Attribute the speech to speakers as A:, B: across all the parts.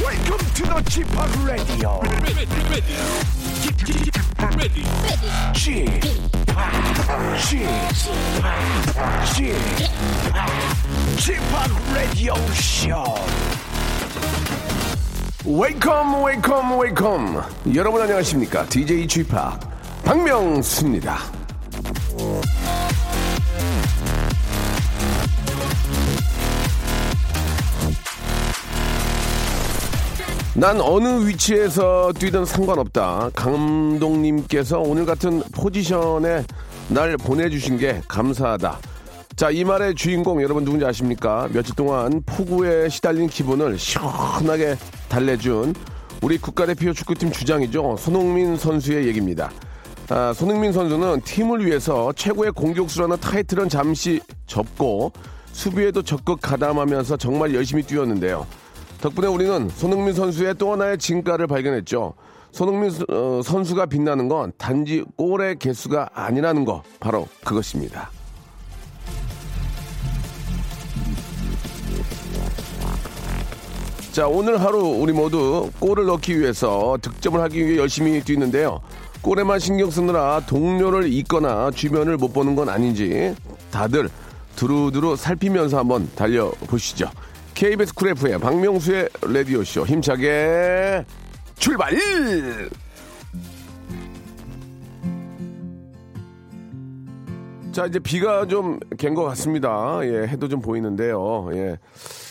A: Welcome to the Chip Radio.
B: ready, ready, ready, ready.
A: Chip, Chip, Chip, Radio Show. Welcome, welcome, welcome. 여러분 안녕하십니까? DJ Chip 박명수입니다. 난 어느 위치에서 뛰든 상관없다. 감독님께서 오늘 같은 포지션에 날 보내주신 게 감사하다. 자, 이 말의 주인공 여러분 누군지 아십니까? 며칠 동안 폭우에 시달린 기분을 시원하게 달래준 우리 국가대표 축구팀 주장이죠. 손흥민 선수의 얘기입니다. 아, 손흥민 선수는 팀을 위해서 최고의 공격수라는 타이틀은 잠시 접고 수비에도 적극 가담하면서 정말 열심히 뛰었는데요. 덕분에 우리는 손흥민 선수의 또 하나의 진가를 발견했죠. 손흥민 수- 어, 선수가 빛나는 건 단지 골의 개수가 아니라는 거 바로 그것입니다. 자, 오늘 하루 우리 모두 골을 넣기 위해서 득점을 하기 위해 열심히 뛰는데요. 골에만 신경 쓰느라 동료를 잊거나 주변을 못 보는 건 아닌지 다들 두루두루 살피면서 한번 달려보시죠. KBS 쿨 FM 박명수의 라디오쇼 힘차게 출발! 자, 이제 비가 좀 갠 것 같습니다. 예, 해도 좀 보이는데요. 예.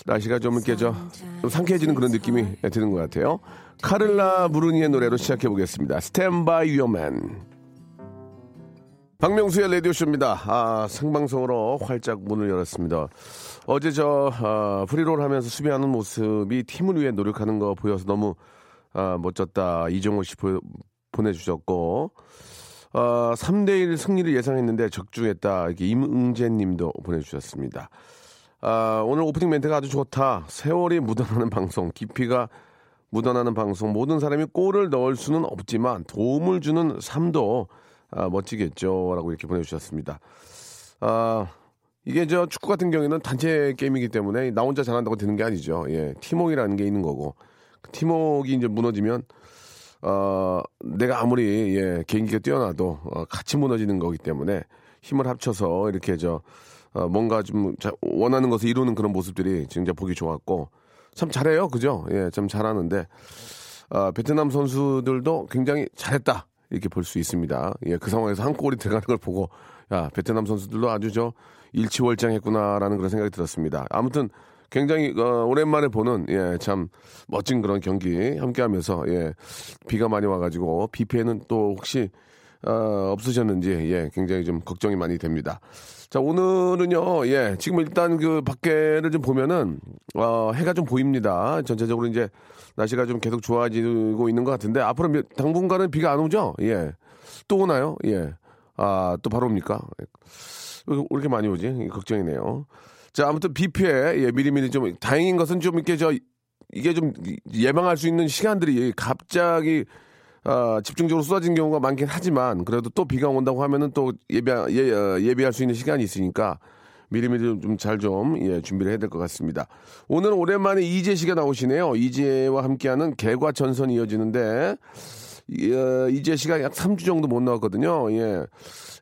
A: 날씨가 좀 이렇게 저, 좀 상쾌해지는 그런 느낌이 드는 것 같아요. 카를라 브루니의 노래로 시작해 보겠습니다. Stand by your man. 박명수의 라디오쇼입니다. 아, 생방송으로 활짝 문을 열었습니다. 어제 저, 아, 프리롤 하면서 수비하는 모습이 팀을 위해 노력하는 거 보여서 너무, 아, 멋졌다. 이종호 씨 보, 보내주셨고, 어, 3대1 승리를 예상했는데 적중했다. 이렇게 임응재 님도 보내주셨습니다. 아, 오늘 오프닝 멘트가 아주 좋다. 세월이 묻어나는 방송, 깊이가 묻어나는 방송, 모든 사람이 골을 넣을 수는 없지만 도움을 주는 삶도 아, 멋지겠죠. 라고 이렇게 보내주셨습니다. 아, 이게 저 축구 같은 경우에는 단체 게임이기 때문에 나 혼자 잘한다고 되는 게 아니죠. 예, 팀워크라는 게 있는 거고. 그 팀워크가 이제 무너지면 어, 내가 아무리 예, 개인기가 뛰어나도 어, 같이 무너지는 거기 때문에 힘을 합쳐서 이렇게 저 어, 뭔가 좀 자- 원하는 것을 이루는 그런 모습들이 진짜 보기 좋았고 참 잘해요, 그죠? 예, 참 잘하는데 아, 베트남 선수들도 굉장히 잘했다 이렇게 볼 수 있습니다. 예, 그 상황에서 한 골이 들어가는 걸 보고 야 베트남 선수들도 아주 저 일치월장했구나라는 그런 생각이 들었습니다. 아무튼 굉장히 어, 오랜만에 보는 예 참 멋진 그런 경기 함께하면서 예 비가 많이 와가지고 비 피해는 또 혹시 어, 없으셨는지 예 굉장히 좀 걱정이 많이 됩니다. 자 오늘은요 예 지금 일단 그 밖에를 좀 보면은 어, 해가 좀 보입니다. 전체적으로 이제 날씨가 좀 계속 좋아지고 있는 것 같은데 앞으로 몇- 당분간은 비가 안 오죠? 예 또 오나요? 예 아또 바로 옵니까? 왜 이렇게 많이 오지? 걱정이네요. 자, 아무튼 비 피해 예, 미리미리 좀 다행인 것은 좀 이렇게 저 이게 좀 예방할 수 있는 시간들이 갑자기 아, 집중적으로 쏟아진 경우가 많긴 하지만 그래도 또 비가 온다고 하면은 또 예비 예, 어, 예비할 수 있는 시간이 있으니까 미리미리 좀 잘 좀 예, 준비를 해야 될 것 같습니다. 오늘 오랜만에 이재 씨가 나오시네요. 이재와 함께하는 개과천선이 이어지는데 이, 어, 이재 씨가 약 3주 정도 못 나왔거든요. 예.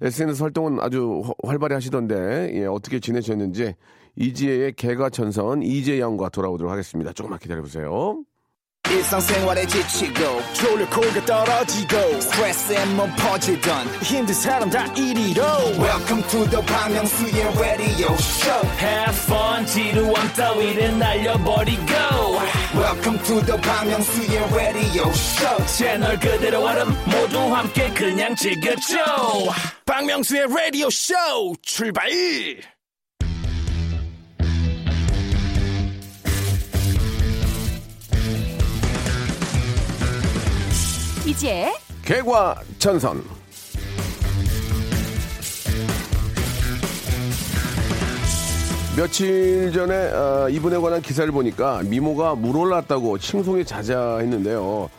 A: SNS 활동은 아주 허- 활발히 하시던데, 예, 어떻게 지내셨는지, 이지혜의 개과천선, 이재양과 돌아오도록 하겠습니다. 조금만 기다려보세요.
C: 일상생활에 지치고, 졸려 코가 떨어지고, 스트레스에 몸 퍼지던, 힘든 사람 다 이리로. welcome to the Bang Myung-soo's radio show
D: Have fun 지루함 따위를 날려버리고
C: welcome to the Bang Myung-soo's radio show
D: 채널 그대로 얼음 모두 함께 그냥 즐겨줘
B: 박명수의 라디오 쇼 출발!
E: 이제
A: 개과천선. 며칠 전에 아, 이분에 관한 기사를 보니까 미모가 물올랐다고 칭송이 자자했는데요. 어,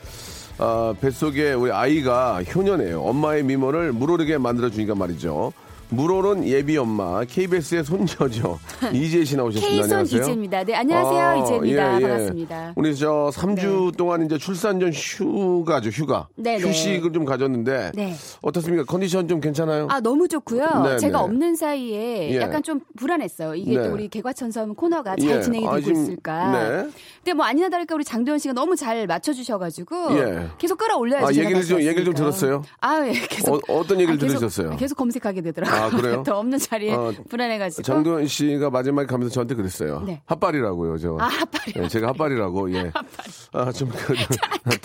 A: 아, 뱃속에 우리 아이가 효녀네요. 엄마의 미모를 물오르게 만들어주니까 말이죠. 물오른 예비 엄마 KBS의 손녀죠. 이재 씨 나오셨습니다.
E: K손
A: 안녕하세요.
E: 이재입니다. 네, 안녕하세요. 이재입니다.
A: 예, 예.
E: 반갑습니다.
A: 우리 저 3주 동안 이제 출산 전 휴가죠. 휴가.
E: 네, 네.
A: 휴식을 좀 가졌는데
E: 네.
A: 어떻습니까? 컨디션 좀 괜찮아요?
E: 아 너무 좋고요.
A: 네,
E: 제가
A: 네.
E: 없는 사이에
A: 예.
E: 약간 좀 불안했어요. 이게
A: 네.
E: 또 우리 개과천선 코너가 잘
A: 예.
E: 진행이
A: 아,
E: 되고
A: 지금,
E: 있을까.
A: 네.
E: 근데 뭐 아니나 다를까 우리 장도연 씨가 너무 잘 맞춰주셔가지고
A: 예.
E: 계속 끌어올려야지.
A: 아,
E: 제가
A: 얘기를
E: 갈
A: 좀-
E: 수
A: 얘기를 좀
E: 있으니까.
A: 들었어요?
E: 아 예. 계속
A: 어, 어떤 얘기를
E: 계속- 아,
A: 들으셨어요?
E: 계속 검색하게 되더라고요.
A: 아, 그래요?
E: 또 없는 자리에
A: 어,
E: 불안해가지고.
A: 장도연 씨가 마지막에 가면서 저한테 그랬어요.
E: 네.
A: 핫발이라고요, 저.
E: 아, 핫발이요?
A: 예, 제가 핫발이라고, 예. 아, 좀, 그,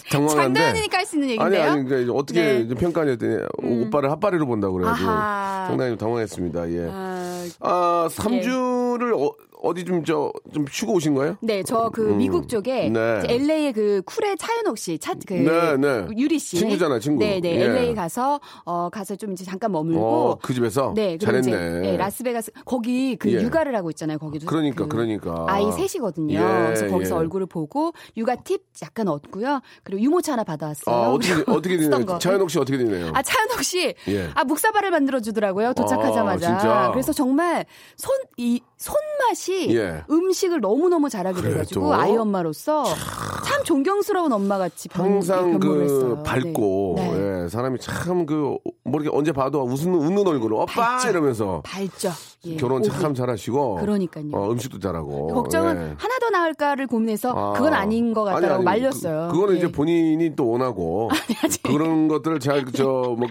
A: 당황한데.
E: 장도연이니까 할 수 있는
A: 아니,
E: 얘기인데요.
A: 아니, 그러니까 이제 어떻게
E: 네. 음.
A: 이제 평가했더니 오빠를 핫발이로 본다고 그래가지고.
E: 아하.
A: 상당히 좀 당황했습니다, 예. 아,
E: 아,
A: 3주를 어, 디 좀, 저, 좀 쉬고 오신 거예요?
E: 네, 저 그 미국 쪽에
A: 음. 네.
E: LA의 그 쿨의 차윤옥 씨, 차, 그
A: 네, 네.
E: 유리 씨
A: 친구잖아요, 친구.
E: 네, 네,
A: 예.
E: LA 가서 어 가서 좀 이제 잠깐 머물고.
A: 어, 그 집에서?
E: 네, 그리고
A: 잘했네.
E: 이제, 예, 라스베가스 거기 그
A: 예.
E: 육아를 하고 있잖아요. 거기도
A: 그러니까,
E: 그
A: 그러니까.
E: 아이 셋이거든요.
A: 예,
E: 그래서 거기서
A: 예.
E: 얼굴을 보고 육아 팁 약간 얻고요. 그리고 유모차 하나 받아왔어요.
A: 아, 어떻게,
E: 그리고
A: 어떻게
E: 쓰던
A: 되네요?
E: 거.
A: 차현옥 씨 어떻게 되네요?
E: 아 차현옥 씨,
A: 예.
E: 아 묵사발을 만들어 주더라고요 도착하자마자.
A: 아, 진짜?
E: 그래서 정말 손 이 손맛이
A: 예.
E: 음식을 너무 너무 잘하게
A: 그래요,
E: 돼가지고
A: 또?
E: 아이 엄마로서 참 존경스러운 엄마 같이 예,
A: 항상 그 밝고
E: 네. 네.
A: 예, 사람이 참 그 모르게 언제 봐도 웃는 웃는 얼굴로 오빠
E: 밝죠.
A: 이러면서
E: 밝죠. 예,
A: 결혼 참
E: 오기.
A: 잘하시고
E: 그러니까요.
A: 어, 음식도 잘하고
E: 걱정은
A: 예.
E: 하나 더 나을까를 고민해서 그건
A: 아.
E: 아닌 것 같다고
A: 아니, 아니,
E: 말렸어요.
A: 그, 그거는
E: 예.
A: 이제 본인이 또 원하고 그런 것들을 잘 저 뭐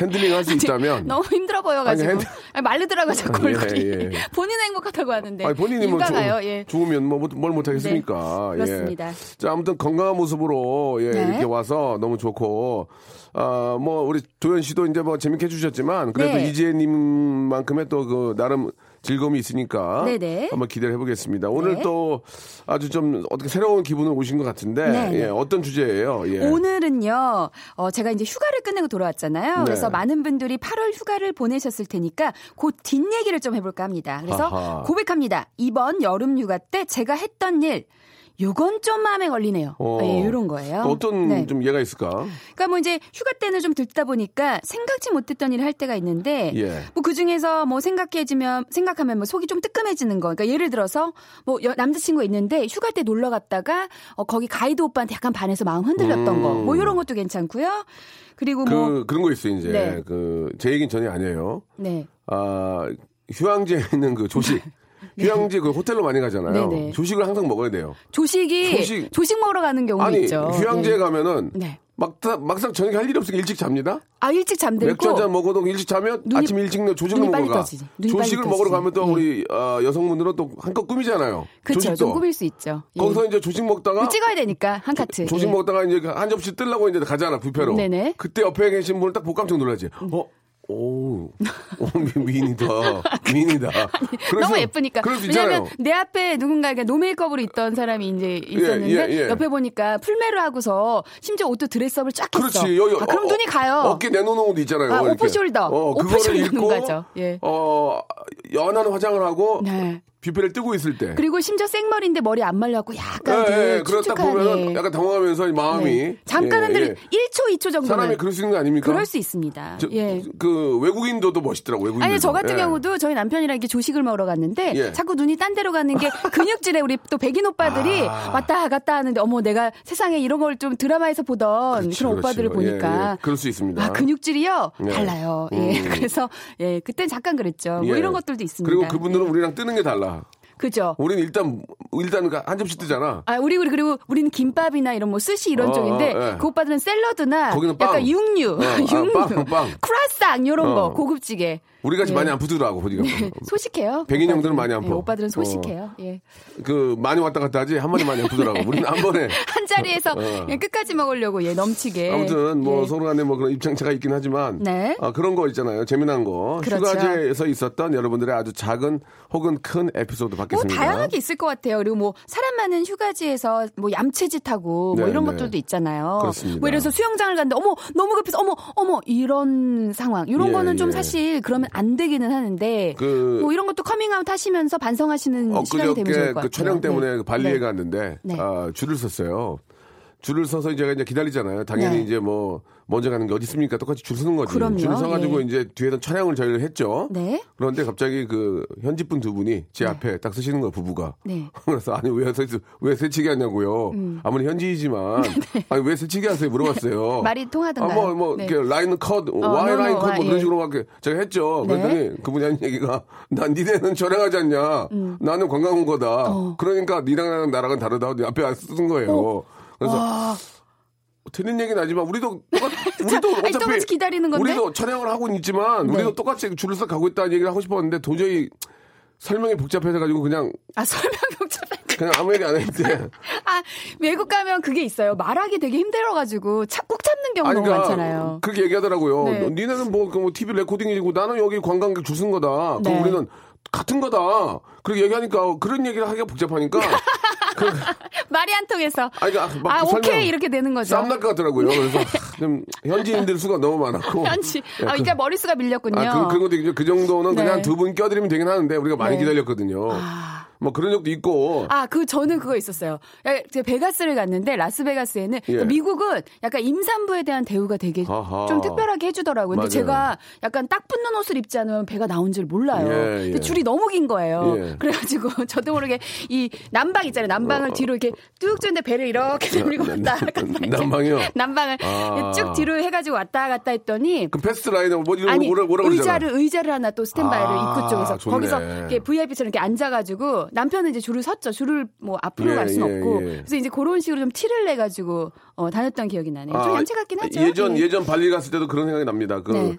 A: 핸들링 할 수 있다면
E: 너무 힘들어 보여가지고
A: 아니, 핸드-
E: 아니, 마르더라고요 자꾸
A: 예,
E: 얼굴이
A: 예.
E: 본인 행복하다고 하는데
A: 아니, 본인이 뭐
E: 육아가요.
A: 좋-
E: 네. 예.
A: 좋으면 뭐 뭘 못하겠습니까?
E: 네, 그렇습니다.
A: 예. 자, 아무튼 건강한 모습으로 예,
E: 네.
A: 이렇게 와서 너무 좋고, 아, 뭐 우리 도현 씨도 이제 뭐 재밌게 해주셨지만 그래도
E: 네.
A: 이재님만큼의 또 그 나름 즐거움이 있으니까
E: 네네.
A: 한번 기대를 해보겠습니다. 오늘
E: 네.
A: 또 아주 좀 어떻게 새로운 기분으로 오신 것 같은데
E: 네네.
A: 예, 어떤 주제예요? 예.
E: 오늘은요, 어, 제가 이제 휴가를 끝내고 돌아왔잖아요.
A: 네.
E: 그래서 많은 분들이 8월 휴가를 보내셨을 테니까 곧 뒷얘기를 좀 해볼까 합니다. 그래서
A: 아하.
E: 고백합니다. 이번 여름 휴가 때 제가 했던 일, 요건 좀 마음에 걸리네요.
A: 어.
E: 예, 이런 거예요.
A: 어떤
E: 네.
A: 좀 예가 있을까?
E: 그러니까 뭐 이제 휴가 때는 좀 듣다 보니까 생각지 못했던 일을 할 때가 있는데
A: 예.
E: 뭐 그 중에서 뭐 생각해지면 생각하면 뭐 속이 좀 뜨끔해지는 거. 그러니까 예를 들어서 뭐 여- 남자친구가 있는데 휴가 때 놀러 갔다가 어 거기 가이드 오빠한테 약간 반해서 마음 흔들렸던 거. 뭐 이런 것도 괜찮고요. 그리고
A: 그
E: 뭐
A: 그런 거 있어요 이제
E: 네.
A: 그 제 얘기는 전혀 아니에요.
E: 네.
A: 아, 휴양지에 있는 그 조식. 휴양지 그 호텔로 많이 가잖아요.
E: 네. 네네.
A: 조식을 항상 먹어야 돼요.
E: 조식이
A: 조식.
E: 조식, 먹으러 가는 경우도
A: 아니,
E: 있죠.
A: 휴양지에
E: 네.
A: 가면은
E: 네.
A: 막, 막상 저녁에 할 일이 없으니까 일찍 잡니다.
E: 아 일찍
A: 맥주 한 잔
E: 잠들고
A: 먹어도 일찍 자면 뭐
E: 눈이-
A: 아침 일찍 조식을
E: 눈이 빨리
A: 먹으러 가.
E: 떠지지. 눈이
A: 조식을
E: 빨리
A: 먹으러
E: 떠지지.
A: 가면 또
E: 예.
A: 우리 어, 여성분들은 또 한껏 꾸미잖아요.
E: 그렇죠.
A: 조식도.
E: 좀 꾸밀 수 있죠. 예. 뭐
A: 거기서 이제 조식 먹다가
E: 찍어야 되니까 한 카트.
A: 조식
E: 예.
A: 먹다가 이제 한 접시 뜰라고 이제 가잖아 부페로.
E: 네네.
A: 그때 옆에 계신 분을 딱 보고 깜짝 놀라지. 어. 오, 오 미- 미인이다, 미인이다. 그래서-
E: 너무 예쁘니까.
A: 그럴 수 있잖아요.
E: 왜냐면 내 앞에 누군가가 노메이크업으로 있던 사람이 이제 있었는데
A: 예, 예.
E: 옆에 보니까 풀메로 하고서 심지어 옷도 드레스업을 쫙 했어.
A: 그렇지. 여기
E: 아, 그럼
A: 어,
E: 눈이 가요.
A: 어깨 내놓는 옷도 있잖아요.
E: 아,
A: 이렇게.
E: 오프숄더.
A: 어, 그거를
E: 오프숄더
A: 입고
E: 가죠. 예.
A: 어, 연한 화장을 하고
E: 네.
A: 뷔페를 뜨고 있을 때.
E: 그리고 심지어 생머리인데 머리 안 말라고 약간
A: 예,
E: 예,
A: 예.
E: 그
A: 그러다
E: 축축하게.
A: 보면 약간 당황하면서 이 마음이
E: 네. 잠깐은
A: 예,
E: 들
A: 예.
E: 1초 2초 정도는
A: 사람이 그럴 수 있는 거 아닙니까?
E: 그럴 수 있습니다.
A: 저-
E: 예.
A: 그 외국인도도 예. 멋있더라고 외국인.
E: 아니 저 같은 경우도 저희 남편이랑 이렇게 조식을 먹으러 갔는데
A: 예.
E: 자꾸 눈이 딴 데로 가는 게 근육질에 우리 또 백인 오빠들이
A: 아.
E: 왔다 갔다 하는데 어머 내가 세상에 이런 걸 좀 드라마에서 보던
A: 그렇지,
E: 그런 오빠들을
A: 그렇지. 예,
E: 보니까
A: 예. 그럴 수 있습니다.
E: 아 근육질이요
A: 예.
E: 달라요. 예 그래서 예 그땐 잠깐 그랬죠. 뭐
A: 예.
E: 이런 것들도 있습니다.
A: 그리고 그분들은 우리랑 뜨는 게 달라.
E: 그죠.
A: 우리는 일단 일단 한 접시 뜨잖아.
E: 아, 우리, 우리, 그리고 우리는 김밥이나 이런 뭐 스시 이런
A: 어,
E: 쪽인데,
A: 어, 예.
E: 그 오빠들은 샐러드나
A: 거기는 빵.
E: 약간 육류,
A: 어, 아,
E: 육류,
A: 빵, 빵.
E: 크라상, 요런
A: 어.
E: 거, 고급지게.
A: 우리 같이
E: 예. 네.
A: 많이 안 푸더라고 보니까.
E: 소식해요.
A: 백인 형들은
E: 오빠들은.
A: 많이 안
E: 예,
A: 퍼.
E: 오빠들은
A: 어.
E: 소식해요. 예.
A: 그 많이 왔다 갔다 하지 한 번에 많이 안 푸더라고. 우리는 한 번에
E: 한 자리에서 그냥 끝까지 먹으려고 예 넘치게.
A: 어. 아무튼 뭐
E: 예.
A: 서로 간에 뭐 그런 입장차가 있긴 하지만
E: 네.
A: 아, 그런 거 있잖아요. 재미난 거.
E: 그렇죠.
A: 휴가지에서 있었던 여러분들의 아주 작은 혹은 큰 에피소드
E: 뭐
A: 받겠습니다.
E: 다양하게 있을 것 같아요. 그리고 뭐 사람 많은 휴가지에서 뭐 얌체짓하고 뭐
A: 네,
E: 이런
A: 네.
E: 것들도 있잖아요.
A: 그렇습니다.
E: 뭐 이래서 수영장을 갔는데 어머 너무 급해서 어머 어머 이런 상황 이런
A: 예,
E: 거는 좀
A: 예.
E: 사실 그러면 안 되기는 하는데
A: 그-
E: 뭐 이런 것도 커밍아웃 하시면서 반성하시는 시간이 되면 좋을
A: 어, 엊그저께
E: 것
A: 그
E: 같아요.
A: 촬영 때문에
E: 네.
A: 발리에
E: 네.
A: 갔는데
E: 네.
A: 아, 줄을 섰어요. 줄을 서서 이제 이제 기다리잖아요. 당연히
E: 네.
A: 이제 뭐 먼저 가는 게 어디 있습니까? 똑같이 줄 서는 거지.
E: 그럼요.
A: 줄 서가지고
E: 예.
A: 이제 뒤에서 차량을 저희를 했죠.
E: 네.
A: 그런데 갑자기 그 현지분 두 분이 제 앞에 딱 서시는 거예요 부부가.
E: 네. 음.
A: 그래서 아니 왜, 서, 왜 세치게 하냐고요. 아무리 현지이지만 아니 왜 세치게 하세요 물어봤어요.
E: 네. 말이 통하던가요?
A: 아, 뭐, 뭐
E: 네.
A: 이렇게 라인 컷,
E: no,
A: 와이
E: no,
A: 라인 컷
E: 와,
A: 뭐 그런
E: 예.
A: 식으로 막 이렇게 제가 했죠.
E: 네.
A: 그랬더니 그분이 한 얘기가 난 니네는 촬영하지 않냐.
E: 음.
A: 나는 관광 온 거다.
E: 어.
A: 그러니까 니랑 나랑 나랑은 다르다. 앞에 안 쓰는 거예요. 그래서
E: 아,
A: 틀린 얘기는 아니지만 우리도 똑같, 우리도
E: 아니, 똑같이 기다리는 건데? 네.
A: 우리도 촬영을 하고 있지만 우리도 똑같이 줄을 서 가고 있다는 얘기를 하고 싶었는데 도저히 설명이 복잡해서 가지고 그냥
E: 아 설명 복잡해.
A: 그냥 아무 얘기 안 했는데
E: 아 외국 가면 그게 있어요. 말하기 되게 힘들어가지고 차, 꾹 참는 경우
A: 아니,
E: 너무
A: 그러니까
E: 많잖아요.
A: 그렇게 얘기하더라고요.
E: 네.
A: 너, 니네는 뭐, 그 뭐, TV 레코딩이고 나는 여기 관광객 줄 쓴 거다.
E: 네.
A: 그럼 우리는 같은 거다. 그렇게 얘기하니까 어, 그런 얘기를 하기가 복잡하니까. 그,
E: 말이 안 통해서.
A: 아니, 그, 아, 막
E: 아,
A: 그 설명.
E: 오케이 이렇게 되는 거죠.
A: 쌈날 것 같더라고요. 그래서 하, 좀 현지인들 수가 너무 많았고.
E: 현지.
A: 예,
E: 아,
A: 그-
E: 그러니까 머릿수가 밀렸군요.
A: 아, 그, 그런 것도 있죠. 그 정도는
E: 네.
A: 그냥 두 분 껴드리면 되긴 하는데 우리가 많이
E: 네.
A: 기다렸거든요. 뭐 그런 적도 있고.
E: 아, 그 저는 그거 있었어요. 예, 제가 베가스를 갔는데 라스베가스에는 그러니까 미국은 약간 임산부에 대한 대우가 되게
A: 예. 아하.
E: 좀 특별하게 해주더라고요. 근데
A: 맞아요.
E: 제가 약간 딱 붙는 옷을 입지 않으면 배가 나온 줄 몰라요.
A: 예, 예.
E: 근데 줄이 너무 긴 거예요.
A: 예.
E: 그래가지고 저도 모르게 이 난방 있잖아요.
A: 어.
E: 난방을 뒤로 이렇게 뚝 쬐는데 배를 이렇게 돌리고 왔다 갔다. 이렇게
A: 난방이요?
E: 난방을
A: 아.
E: 쭉 뒤로 해가지고 왔다 갔다 했더니
A: 그 패스트 라인에 뭐 이런
E: 아니
A: 오라, 오라 그러잖아.
E: 의자를 의자를 하나 또 스탠바이를
A: 아,
E: 입구 쪽에서
A: 좋네.
E: 거기서 이렇게 VIP처럼 이렇게 앉아가지고 남편은 이제 줄을 섰죠 줄을 뭐 앞으로
A: 예,
E: 갈 수는
A: 예,
E: 없고
A: 예.
E: 그래서 이제 그런 식으로 좀 티를 내 가지고 어, 다녔던 기억이 나네요 좀 양치 같긴 하죠
A: 아, 예전
E: 예.
A: 예전 발리 갔을 때도 그런 생각이 납니다. 그
E: 네.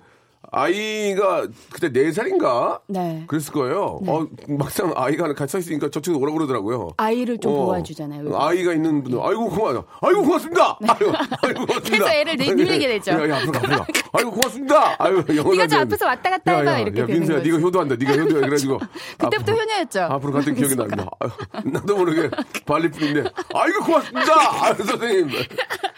A: 아이가 그때 네 살인가
E: 네.
A: 그랬을 거예요. 어, 막상 아이가 같이 서 있으니까 저쪽에서 오라 그러더라고요.
E: 아이를 좀
A: 어.
E: 보호해주잖아요, 외국은.
A: 아이가 있는 분들, 아이고 고마워, 아이고 고맙습니다. 아이고, 아이고 고맙습니다.
E: 그래서 애를 늘- 늘리게 되죠.
A: 야, 야, 앞으로 가, 앞으로 가. 아이고 고맙습니다. 아이고 영원한.
E: 네가 저
A: 년.
E: 앞에서 왔다 갔다
A: 야,
E: 해봐,
A: 야,
E: 이렇게
A: 야,
E: 되는
A: 민수야,
E: 거지.
A: 네가 효도한다. 네가 효도해. 그래가지고
E: 그때부터
A: 앞으로-
E: 효녀였죠.
A: 앞으로 갔던 기억이
E: 민수가.
A: 납니다. 아유, 나도 모르게 발리 뿐인데, 아이고 고맙습니다. 아유, 선생님.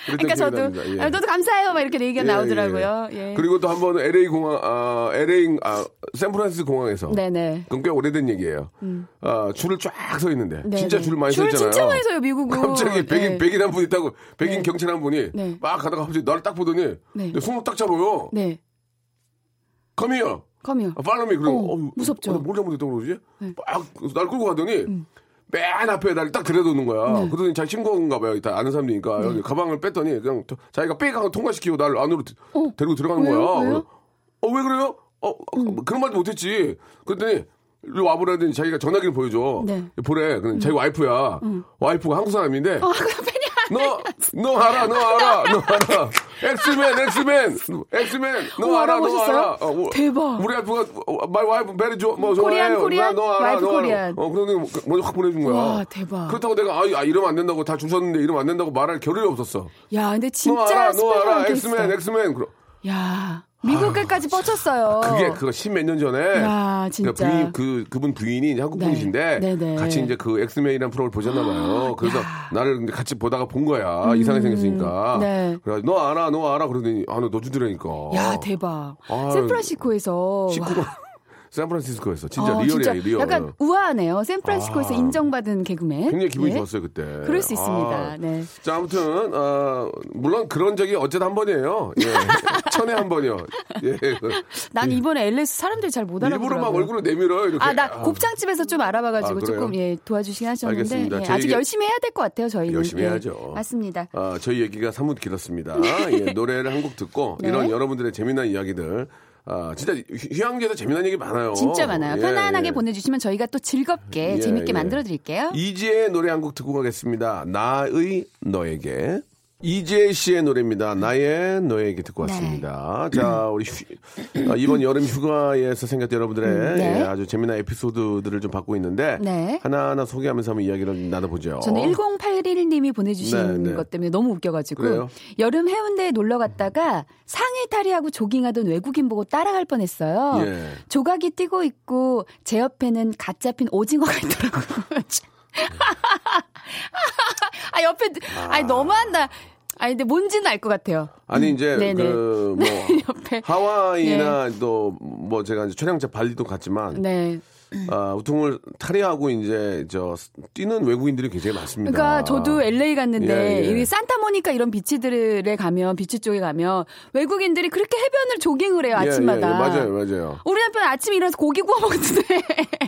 E: 그러니까 저도 아, 저도 감사해요 막 이렇게 얘기가
A: 예,
E: 나오더라고요
A: 예.
E: 예.
A: 그리고 또 한 번은 LA 공항, 아, LA, 아, 샌프란시스코 공항에서.
E: 네네
A: 그건 꽤 오래된 얘기예요. 아, 줄을 쫙 서 있는데.
E: 음. 네,
A: 진짜
E: 네.
A: 줄 많이 서
E: 줄
A: 있잖아요.
E: 진짜 많이 서요, 미국은.
A: 갑자기 백인,
E: 네.
A: 백인 한 분 있다고, 백인 경찰 한 분이
E: 네.
A: 막 가다가 갑자기 나를 딱 보더니
E: 네.
A: 내 손을 딱 잡아요.
E: 네
A: Come here.
E: 컴이요
A: 아, 팔로미 그러고
E: 어,
A: 어,
E: 무섭죠. 네.
A: 어,
E: 음.
A: 나 몰래 못했다고 그러지? 막날 끌고 가더니 맨 앞에 나를 딱 들여놓는 거야.
E: 네.
A: 그러더니 자기 친구인가 봐요. 다 아는 사람이니까 여기 가방을 뺐더니 그냥 저- 자기가 빽 하고 통과시키고 나를 안으로 드-
E: 어,
A: 데리고 들어간
E: 왜요? 음.
A: 거야.
E: 왜요?
A: 어 왜 그래요? 어 어, 그런 말도 못했지. 그랬더니 이리 와보라 했더니 자기가 전화기를 보여줘.
E: 네. 음.
A: 보래. 그럼 자기 와이프야. 와이프가 한국 사람인데.
E: 어. 아,
A: 너, 너 알아, 너 알아, 너 알아. 엑스맨, 엑스맨, 엑스맨, 너
E: 오,
A: 알아, 너
E: 알아보셨어요?
A: 알아. 어, 우-
E: 대박.
A: 우리 와이프가 어, 마이 와이프 베리 좋아, 뭐
E: 코리안,
A: 좋아해요.
E: 코리안?
A: 나- 너 알아,
E: 와이프
A: 너 알아.
E: 코리안.
A: 어, 그러더니 먼저 확 보내준 거야.
E: 와, 대박.
A: 그렇다고 내가 아, 아, 이러면 안 된다고 다 줄 섰는데 이러면 안 된다고 말할 겨를이 없었어.
E: 야 근데
A: 너 알아,
E: 진짜
A: 너 알아,
E: 스펙이
A: 엑스맨,
E: 있어
A: 엑스맨. 그러,
E: 야 미국까지 뻗쳤어요
A: 아, 그게 그거 십몇 년 전에
E: 야, 진짜.
A: 그러니까 부인, 그 그분 부인이 이제 한국
E: 네.
A: 분이신데
E: 네, 아, 네.
A: 같이 이제 그 엑스맨이라는 프로를 보셨나 봐요. 그래서 나를 이제 같이 보다가 본 거야. 이상하게 생겼으니까.
E: 음. 네.
A: 그래 너 알아, 너 알아. 그러더니 아너 주더라니까.
E: 야 대박.
A: 아유,
E: 샌프란시스코에서
A: 식구가
E: 와.
A: 샌프란시스코에서 진짜
E: 어,
A: 리얼이야,
E: 진짜
A: 리얼.
E: 약간 우아하네요. 샌프란시스코에서
A: 아.
E: 인정받은 개그맨.
A: 굉장히 기분이
E: 예.
A: 좋았어요 그때. 아.
E: 그럴 수 있습니다. 네.
A: 자 아무튼 어, 물론 그런 적이 어쨌든 한 번이에요. 예. 천에 한 번이요. 예.
E: 난 이번에 LS 사람들이 잘 못 알아보더라고요.
A: 일부러 막 얼굴을 내밀어요. 이렇게.
E: 아, 나 곱창집에서 좀 알아봐가지고
A: 아, 그래요?
E: 조금 예 도와주시긴 하셨는데
A: 알겠습니다.
E: 예,
A: 저희
E: 아직
A: 이게-
E: 열심히 해야 될 것 같아요 저희는.
A: 열심히
E: 예.
A: 해야죠.
E: 맞습니다.
A: 아, 저희 얘기가 사뭇 길었습니다. 예, 노래를 한 곡 듣고
E: 네.
A: 이런 여러분들의 재미난 이야기들 아, 진짜 휴- 휴양지에서 재미난 얘기 많아요.
E: 진짜 많아요.
A: 예,
E: 편안하게
A: 예.
E: 보내주시면 저희가 또 즐겁게
A: 예,
E: 재밌게
A: 예.
E: 만들어드릴게요.
A: 이지의 노래 한 곡 듣고 가겠습니다. 나의 너에게. 이재 씨의 노래입니다. 나의 너에게 듣고
E: 네.
A: 왔습니다. 자, 우리 휴- 아, 이번 여름 휴가에서 생겼던 여러분들의
E: 음, 네.
A: 예, 아주 재미난 에피소드들을 좀 받고 있는데
E: 네.
A: 하나하나 소개하면서 한번 이야기를 나눠보죠.
E: 저는 1081님이 보내주신
A: 어. 네, 네.
E: 것 때문에 너무 웃겨가지고
A: 그래요?
E: 여름 해운대에 놀러 갔다가 상해 탈의하고 조깅하던 외국인 보고 따라갈 뻔했어요.
A: 예.
E: 조각이 뛰고 있고 제 옆에는 갓 잡힌 오징어가 있더라고요. 아 옆에 아니 너무한다. 아니 근데 뭔지는 알 것 같아요.
A: 아니 이제
E: 네네.
A: 그 뭐
E: 옆에
A: 하와이나 또 뭐 제가 이제 촬영차 발리도 갔지만
E: 네.
A: 아, 우통을 탈의하고 이제 저 뛰는 외국인들이 굉장히 많습니다.
E: 그러니까 저도 LA 갔는데
A: 아. 예, 예.
E: 이 산타모니카 이런 비치들에 가면 비치 쪽에 가면 외국인들이 그렇게 해변을 조깅을 해요
A: 예,
E: 아침마다.
A: 예, 예, 맞아요, 맞아요.
E: 우리 남편 아침에 일어나서 고기 구워 먹는데.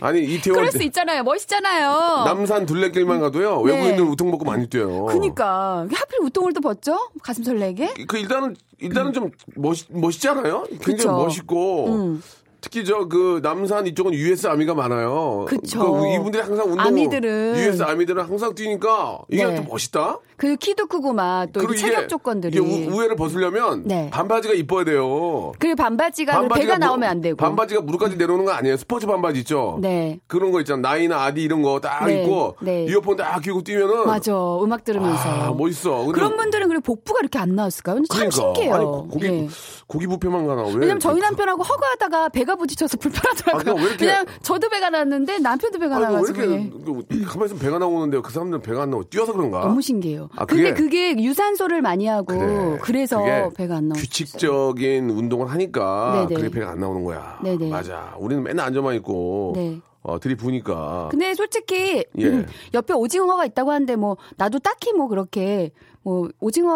A: 아니 이태원
E: 네. 그럴 수 있잖아요. 멋있잖아요.
A: 남산 둘레길만 가도요
E: 네.
A: 외국인들 우통 먹고 많이 뛰어요.
E: 그니까 하필 우통을 또 벗죠? 가슴 설레게?
A: 그 일단은 일단은 좀 멋있 멋있잖아요. 굉장히
E: 그쵸. 음.
A: 멋있고 특히 저 그 남산 이쪽은 U.S. 아미가 많아요.
E: 그쵸.
A: 그러니까 이분들이 항상 운동
E: 아미들은.
A: U.S. 아미들은 항상 뛰니까 이게
E: 네.
A: 또 멋있다.
E: 그 키도 크고 막또
A: 그리고
E: 체격
A: 이게-
E: 조건들이.
A: 이게 우- 우회를 벗으려면
E: 네. 그러니까
A: 반바지가 이뻐야 돼요.
E: 그리고 반바지가, 배가
A: 무-
E: 나오면 안 되고.
A: 뭐 반바지가 무릎까지 내려오는 거 아니에요. 스포츠 반바지 있죠.
E: 네.
A: 그런 거 있잖아. 나이나 아디 이런 거 딱
E: 네,
A: 입고
E: 네.
A: 이어폰 딱 끼고 뛰면은
E: 맞아. 음악 들으면서.
A: 아, 멋있어. 근데-
E: 그런 분들은 그리고 복부가 이렇게 안 나왔을까요? 참
A: 그러니까.
E: 신기해요.
A: 아니, 고- 고기 네,
E: 예.
A: 고기 부패만 가나 왜? 그-
E: 왜냐면 저희
A: 이렇게-
E: 남편하고 허가하다가 배가 부딪혀서
A: 아, 그럼
E: 불편하더라고요.
A: 왜 이렇게-
E: 그냥 저도 배가 났는데 남편도 배가
A: 아니, 왜
E: 나가지고.
A: 이렇게
E: 예.
A: 그- 가만히 있으면 배가 나오는데요. 그 사람들은 배가 안 나오고 뛰어서 그런가?
E: 너무 신기해요.
A: 아,
E: 근데
A: 그게-
E: 그게 유산소를 많이 하고 그래서
A: 네. 그게
E: 배가 안 나오고.
A: 규칙적인 운동을 하니까
E: 네네.
A: 그게 배가 안 나오는 거야.
E: 네네.
A: 맞아. 우리는 맨날 앉아만 있고
E: 네.
A: 어, 들이부니까
E: 근데 솔직히
A: 예.
E: 음, 옆에 오징어가 있다고 하는데 뭐 나도 딱히 뭐 그렇게 뭐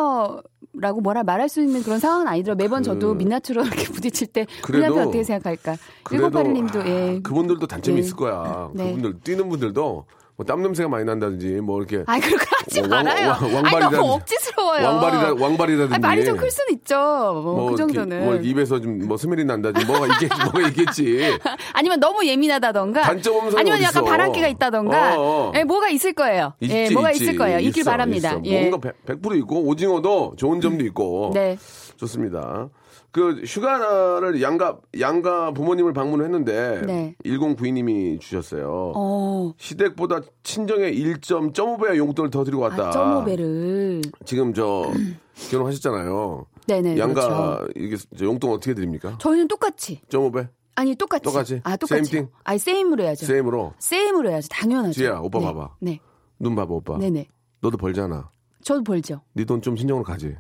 E: 오징어라고 뭐라 말할 수 있는 그런 상황은 아니더라고 매번 저도 민낯으로 이렇게 부딪힐 때 우리
A: 그래도-
E: 남편 어떻게 생각할까?
A: 그래도
E: 1981님도
A: 아,
E: 예.
A: 그분들도 단점이
E: 네.
A: 있을 거야.
E: 네.
A: 그분들 뛰는 분들도 뭐 땀 냄새가 많이 난다든지 뭐 이렇게
E: 아이 그렇게 하지
A: 왕-
E: 말아요.
A: 왕- 왕-
E: 아니
A: 왕발이라든지-
E: 너무 억지스러워요.
A: 왕발이다 왕발이라든지
E: 아니, 말이 좀 클 수는 있죠. 뭐, 그
A: 이렇게
E: 정도는.
A: 뭐 입에서 좀 뭐 스멜이 난다든지 뭐가 있겠 뭐가 있겠지.
E: 아니면 너무 예민하다던가
A: 단점 없는 사람이
E: 아니면
A: 어딨어.
E: 약간 바람기가 있다던가
A: 어, 어.
E: 예, 뭐가 있을 거예요.
A: 있지,
E: 예, 뭐가
A: 있지.
E: 있을 거예요. 있길
A: 있어,
E: 바랍니다.
A: 있어.
E: 예.
A: 뭔가 뭐. 100, 100% 있고 오징어도 좋은 점도 있고
E: 네.
A: 좋습니다. 그 휴가를 양가 양가 부모님을 방문했는데
E: 네.
A: 1092님이 주셨어요.
E: 어.
A: 시댁보다 친정에 1.5배의 용돈을 더 드리고 왔다.
E: 아, 점오배를
A: 지금 저 결혼하셨잖아요.
E: 네네
A: 양가
E: 그렇죠.
A: 이게 저 용돈 어떻게 드립니까?
E: 저희는 똑같이
A: 1.5배?
E: 아니 똑같이
A: 똑같이?
E: 아 똑같이
A: Same thing?
E: 아니 세임으로 해야죠.
A: 세임으로
E: 세임으로 해야죠. 당연하죠.
A: 지혜야, 오빠
E: 네.
A: 봐봐.
E: 네.
A: 눈 봐봐 오빠.
E: 네네.
A: 너도 벌잖아.
E: 저도 벌죠.
A: 네 돈 좀 신정으로 가지.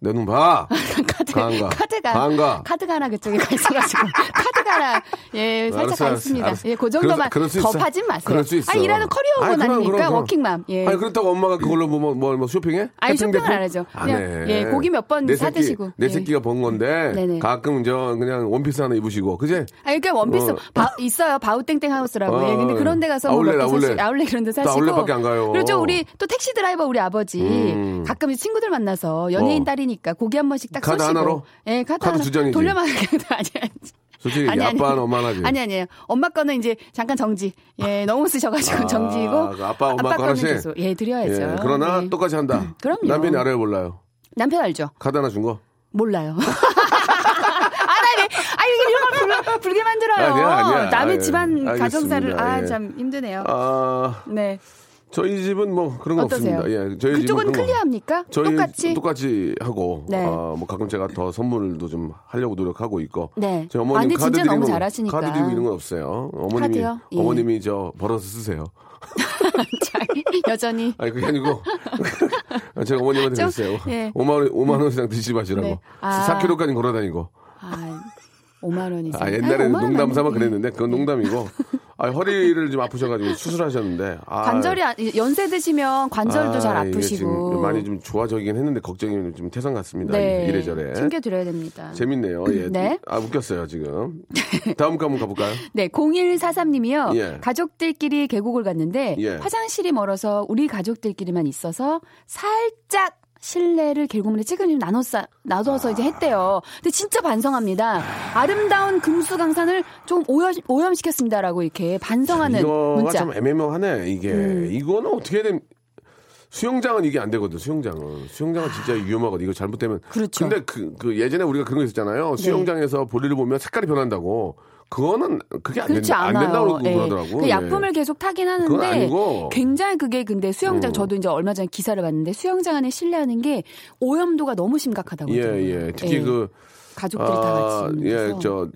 A: 내 눈 봐.
E: 카드
A: 가안가?
E: 카드가
A: 가안가?
E: 카드가 하나 그쪽에 가 있어가지고 카드가 하나 예 살짝
A: 알았어,
E: 가
A: 알았어,
E: 있습니다.
A: 알았어.
E: 예, 그 정도만
A: 그럴 수- 그럴 수 있어.
E: 더하진 마세요.
A: 그럴 수 있어.
E: 아니 일하는
A: 아니,
E: 커리어우먼
A: 그럼,
E: 아닙니까
A: 그럼, 그럼.
E: 워킹맘. 예.
A: 아니 그렇다고 엄마가 그걸로 뭐 뭐 뭐, 뭐 쇼핑해?
E: 아니,
A: 쇼핑
E: 쇼핑은
A: 대품?
E: 안 하죠.
A: 안
E: 그냥,
A: 해.
E: 예, 고기면 몇번
A: 네. 내
E: 사
A: 새끼,
E: 드시고.
A: 내
E: 예.
A: 새끼가 번 건데
E: 네네.
A: 가끔 저 그냥 원피스 하나 입으시고 그지?
E: 아니 그러니까 원피스
A: 어.
E: 바- 있어요 바우땡땡 하우스라고
A: 어,
E: 예, 근데 그런 데 가서
A: 아울렛,
E: 뭐
A: 아울렛.
E: 아울렛 아울렛 그런 데 사시고
A: 아울렛밖에 안 가요.
E: 그리고 저 우리 또 택시 드라이버 우리 아버지
A: 음.
E: 가끔 이제 친구들 만나서 연예인
A: 어.
E: 딸이니까 고기 한 번씩 딱
A: 카드
E: 쏘시고
A: 하나로?
E: 예 카드,
A: 카드
E: 하나
A: 두 장이지?
E: 돌려만 아니 아니
A: 솔직히 아빠는 엄마나 하지.
E: 아니 아니에요. 엄마 거는 이제 잠깐 정지. 예, 너무 쓰셔가지고
A: 아,
E: 정지이고.
A: 그 아빠, 엄마 거
E: 거는
A: 하나씩?
E: 계속 예 드려야죠.
A: 예, 그러나
E: 예.
A: 똑같이 한다.
E: 그럼요.
A: 남편이 알아요 몰라요.
E: 남편 알죠?
A: 카드 하나 준 거.
E: 몰라요. 알아요. 아니 이게 이런 걸 불, 게 만들어요.
A: 아니야, 아니야. 아,
E: 남의
A: 예.
E: 집안 가정사를
A: 알겠습니다. 예.
E: 아 참 힘드네요.
A: 아
E: 네
A: 저희 집은 뭐 그런 거
E: 어떠세요?
A: 없습니다. 예, 저희 집은
E: 그쪽은
A: 그런 거-
E: 클리어합니까?
A: 저희
E: 똑같이.
A: 똑같이 하고
E: 네.
A: 아, 뭐 가끔 제가 더 선물도 좀 하려고 노력하고 있고
E: 네.
A: 저희
E: 아,
A: 어머님
E: 근데
A: 카드
E: 진짜
A: 드리는
E: 너무
A: 거-
E: 잘하시니까.
A: 카드 드리고 이런 건 없어요. 어머님이
E: 카드요? 예.
A: 어머님이 저 벌어서 쓰세요.
E: 여전히.
A: 아니 그게 아니고 제가 어머님한테
E: 좀,
A: 그랬어요.
E: 예.
A: 5만 원, 5만 원 이상 드시지 마시라고.
E: 네. 아.
A: 4km까지 걸어다니고.
E: 아 5만 원이죠. 예.
A: 아 옛날에는 농담 삼아
E: 는
A: 그랬는데 그건 농담이고. 아 허리를 좀 아프셔가지고 수술하셨는데. 아,
E: 관절이 안- 연세 드시면 관절도
A: 아,
E: 잘
A: 이게 지금
E: 아프시고
A: 많이 좀 좋아져긴 했는데 걱정이 좀 태산 같습니다. 이래저래.
E: 네. 챙겨드려야 됩니다.
A: 재밌네요. 예.
E: 네.
A: 아 웃겼어요 지금. 다음 거 한번 가볼까요?
E: 네, 0143님이요.
A: 예.
E: 가족들끼리 계곡을 갔는데
A: 예.
E: 화장실이 멀어서 우리 가족들끼리만 있어서 살짝 실내를 계곡물에 찌그니 나눠 싸, 놔둬서 이제 했대요. 근데 진짜 반성합니다. 아름다운 금수 강산을 좀 오염, 오염시켰습니다라고 이렇게 반성하는
A: 이거가
E: 문자. 음.
A: 참 애매모하네 이게. 이거는 어떻게 해야 됨? 수영장은 이게 안 되거든. 수영장은 수영장은 진짜 위험하거든. 이거 잘못되면.
E: 아. 그렇죠. 네.
A: 근데 그, 그 예전에 우리가 그런 거 있었잖아요. 수영장에서 보리를 보면 색깔이 변한다고. 그거는 그게 안,
E: 그렇지
A: 된다, 안
E: 않아요.
A: 된다고
E: 예.
A: 그러더라고.
E: 그
A: 예.
E: 약품을 계속 타긴
A: 그건
E: 하는데
A: 아니고. 어.
E: 굉장히 그게 근데 수영장 저도 이제 얼마 전에 기사를 봤는데 수영장 안에 실내하는 게 오염도가 너무 심각하다고
A: 예,
E: 하더라고요.
A: 예. 특히
E: 예.
A: 그
E: 가족들이 다
A: 아,
E: 같이 있는
A: 예,
E: 데서. 음.
A: 저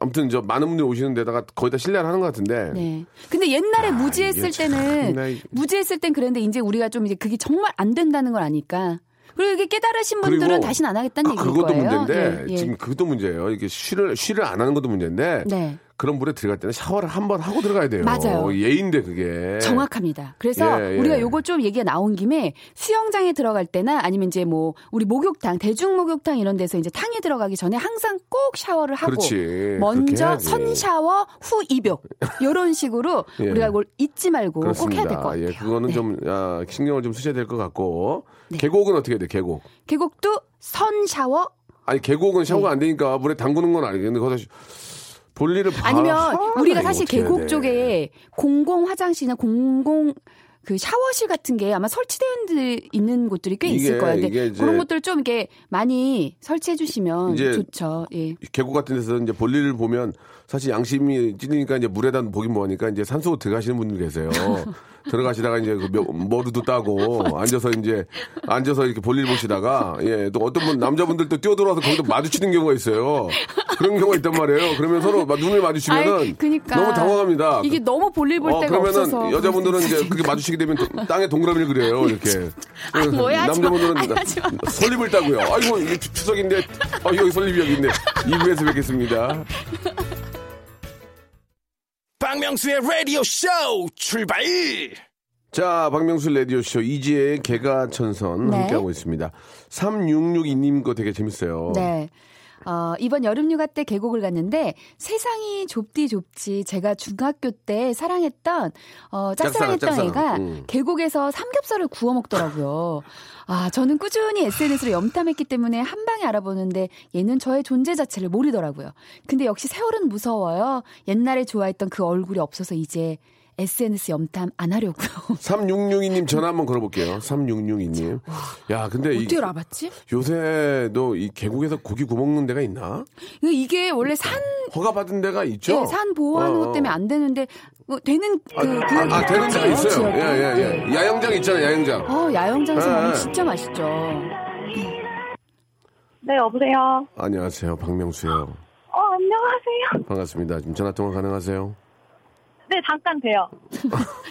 A: 아무튼 저 많은 분들이 오시는 데다가 거의 다 실내를 하는 것 같은데.
E: 네. 근데 옛날에 무지했을
A: 아, 이게 참,
E: 때는
A: 나 이-
E: 무지했을 땐 그랬는데 이제 우리가 좀 이제 그게 정말 안 된다는 걸 아니까. 그리고 이게 깨달으신 분들은
A: 그리고
E: 다시는 안 하겠다는
A: 그-
E: 얘기일
A: 그것도
E: 거예요.
A: 문제인데
E: 예, 예.
A: 지금 그것도 문제예요. 이게 쉬를 쉬를 안 하는 것도 문제인데
E: 네.
A: 그런 물에 들어갈 때는 샤워를 한 번 하고 들어가야 돼요.
E: 맞아요.
A: 예인데 그게.
E: 정확합니다. 그래서
A: 예, 예.
E: 우리가 요거 좀 얘기가 나온 김에 수영장에 들어갈 때나 아니면 이제 뭐 우리 목욕탕, 대중 목욕탕 이런 데서 이제 탕에 들어가기 전에 항상 꼭 샤워를 하고
A: 그렇지. 그렇게
E: 먼저
A: 해야지.
E: 선 샤워, 후 입욕. 요런 식으로
A: 예.
E: 우리가 이걸 잊지 말고
A: 그렇습니다.
E: 꼭 해야 될 것 같아요.
A: 예, 그거는
E: 네.
A: 좀 아, 신경을 좀 쓰셔야 될 것 같고 계곡은 어떻게 돼? 계곡.
E: 계곡도 선 샤워
A: 아니 계곡은
E: 네.
A: 샤워가 안 되니까 물에 담그는 건 아니겠는데 거기서 볼일을 봐.
E: 아니면
A: 아,
E: 우리가
A: 이거
E: 사실
A: 어떻게 해야
E: 계곡
A: 돼.
E: 쪽에 공공 화장실이나 공공 그 샤워실 같은 게 아마 설치되어 있는 데- 있는 곳들이 꽤
A: 이게-
E: 있을 거예요.
A: 이게
E: 근데
A: 이제
E: 그런 것들 좀 이렇게 많이 설치해 주시면
A: 이제
E: 좋죠. 예.
A: 계곡 같은 데서 이제 볼일을 보면 사실 양심이 찔리니까 이제 물에다 보긴 뭐하니까 이제 산소 들어가시는 분들 계세요. 들어가시다가 이제 그 며- 머리도 따고 앉아서 이제 앉아서 이렇게 볼일 보시다가 예 또 어떤 분 남자분들 또 뛰어들어와서 거기도 마주치는 경우가 있어요. 그런 경우가 있단 말이에요. 그러면 서로 막 눈을 마주치면은
E: 아이, 그니까.
A: 너무 당황합니다.
E: 이게 너무 볼일 볼
A: 어,
E: 때가
A: 그러면은
E: 없어서
A: 여자분들은 이제 그게 마주치게 되면 도- 땅에 동그라미를 그려요 이렇게. 예,
E: 아, 뭐야, 하지 마.
A: 남자분들은
E: 아니, 하지 마.
A: 설립을 따고요. 아이고 이게 추- 추석인데 어, 여기 설립이 여기 있네. 2부에서 뵙겠습니다.
B: 박명수의 라디오 쇼 출발
A: 자, 박명수 라디오쇼 이지의 개가천선
E: 네.
A: 함께하고 있습니다. 3662님 거 되게 재밌어요.
E: 네. 어, 이번 여름 휴가 때 계곡을 갔는데 세상이 좁디 좁지 제가 중학교 때 사랑했던 어,
A: 짝사랑,
E: 짝사랑했던
A: 짝사랑.
E: 애가
A: 음.
E: 계곡에서 삼겹살을 구워 먹더라고요. 아 저는 꾸준히 SNS로 염탐했기 때문에 한 방에 알아보는데 얘는 저의 존재 자체를 모르더라고요. 근데 역시 세월은 무서워요. 옛날에 좋아했던 그 얼굴이 없어서 이제 SNS 염탐 안 하려고요.
A: 3662님 전화 한번 걸어볼게요. 3662님. 야, 근데 네, 이,
E: 어떻게 알아봤지?
A: 요새도 이 계곡에서 고기 구먹는 데가 있나?
E: 이게 원래 산
A: 허가받은 데가 있죠?
E: 예, 산 보호하는
A: 어,
E: 것
A: 어.
E: 때문에 안 되는데 뭐 되는 그
A: 아,
E: 구역이
A: 아, 되는 데가
E: 있겠죠,
A: 있어요.
E: 지역이.
A: 예, 예,
E: 네.
A: 예. 야영장 있잖아요, 야영장.
E: 어, 야영장에서
A: 예,
E: 먹으면
A: 예.
E: 진짜 맛있죠.
F: 네, 여보세요.
A: 안녕하세요, 박명수요.
F: 어, 안녕하세요.
A: 반갑습니다. 지금 전화통화 가능하세요?
F: 네, 잠깐 돼요.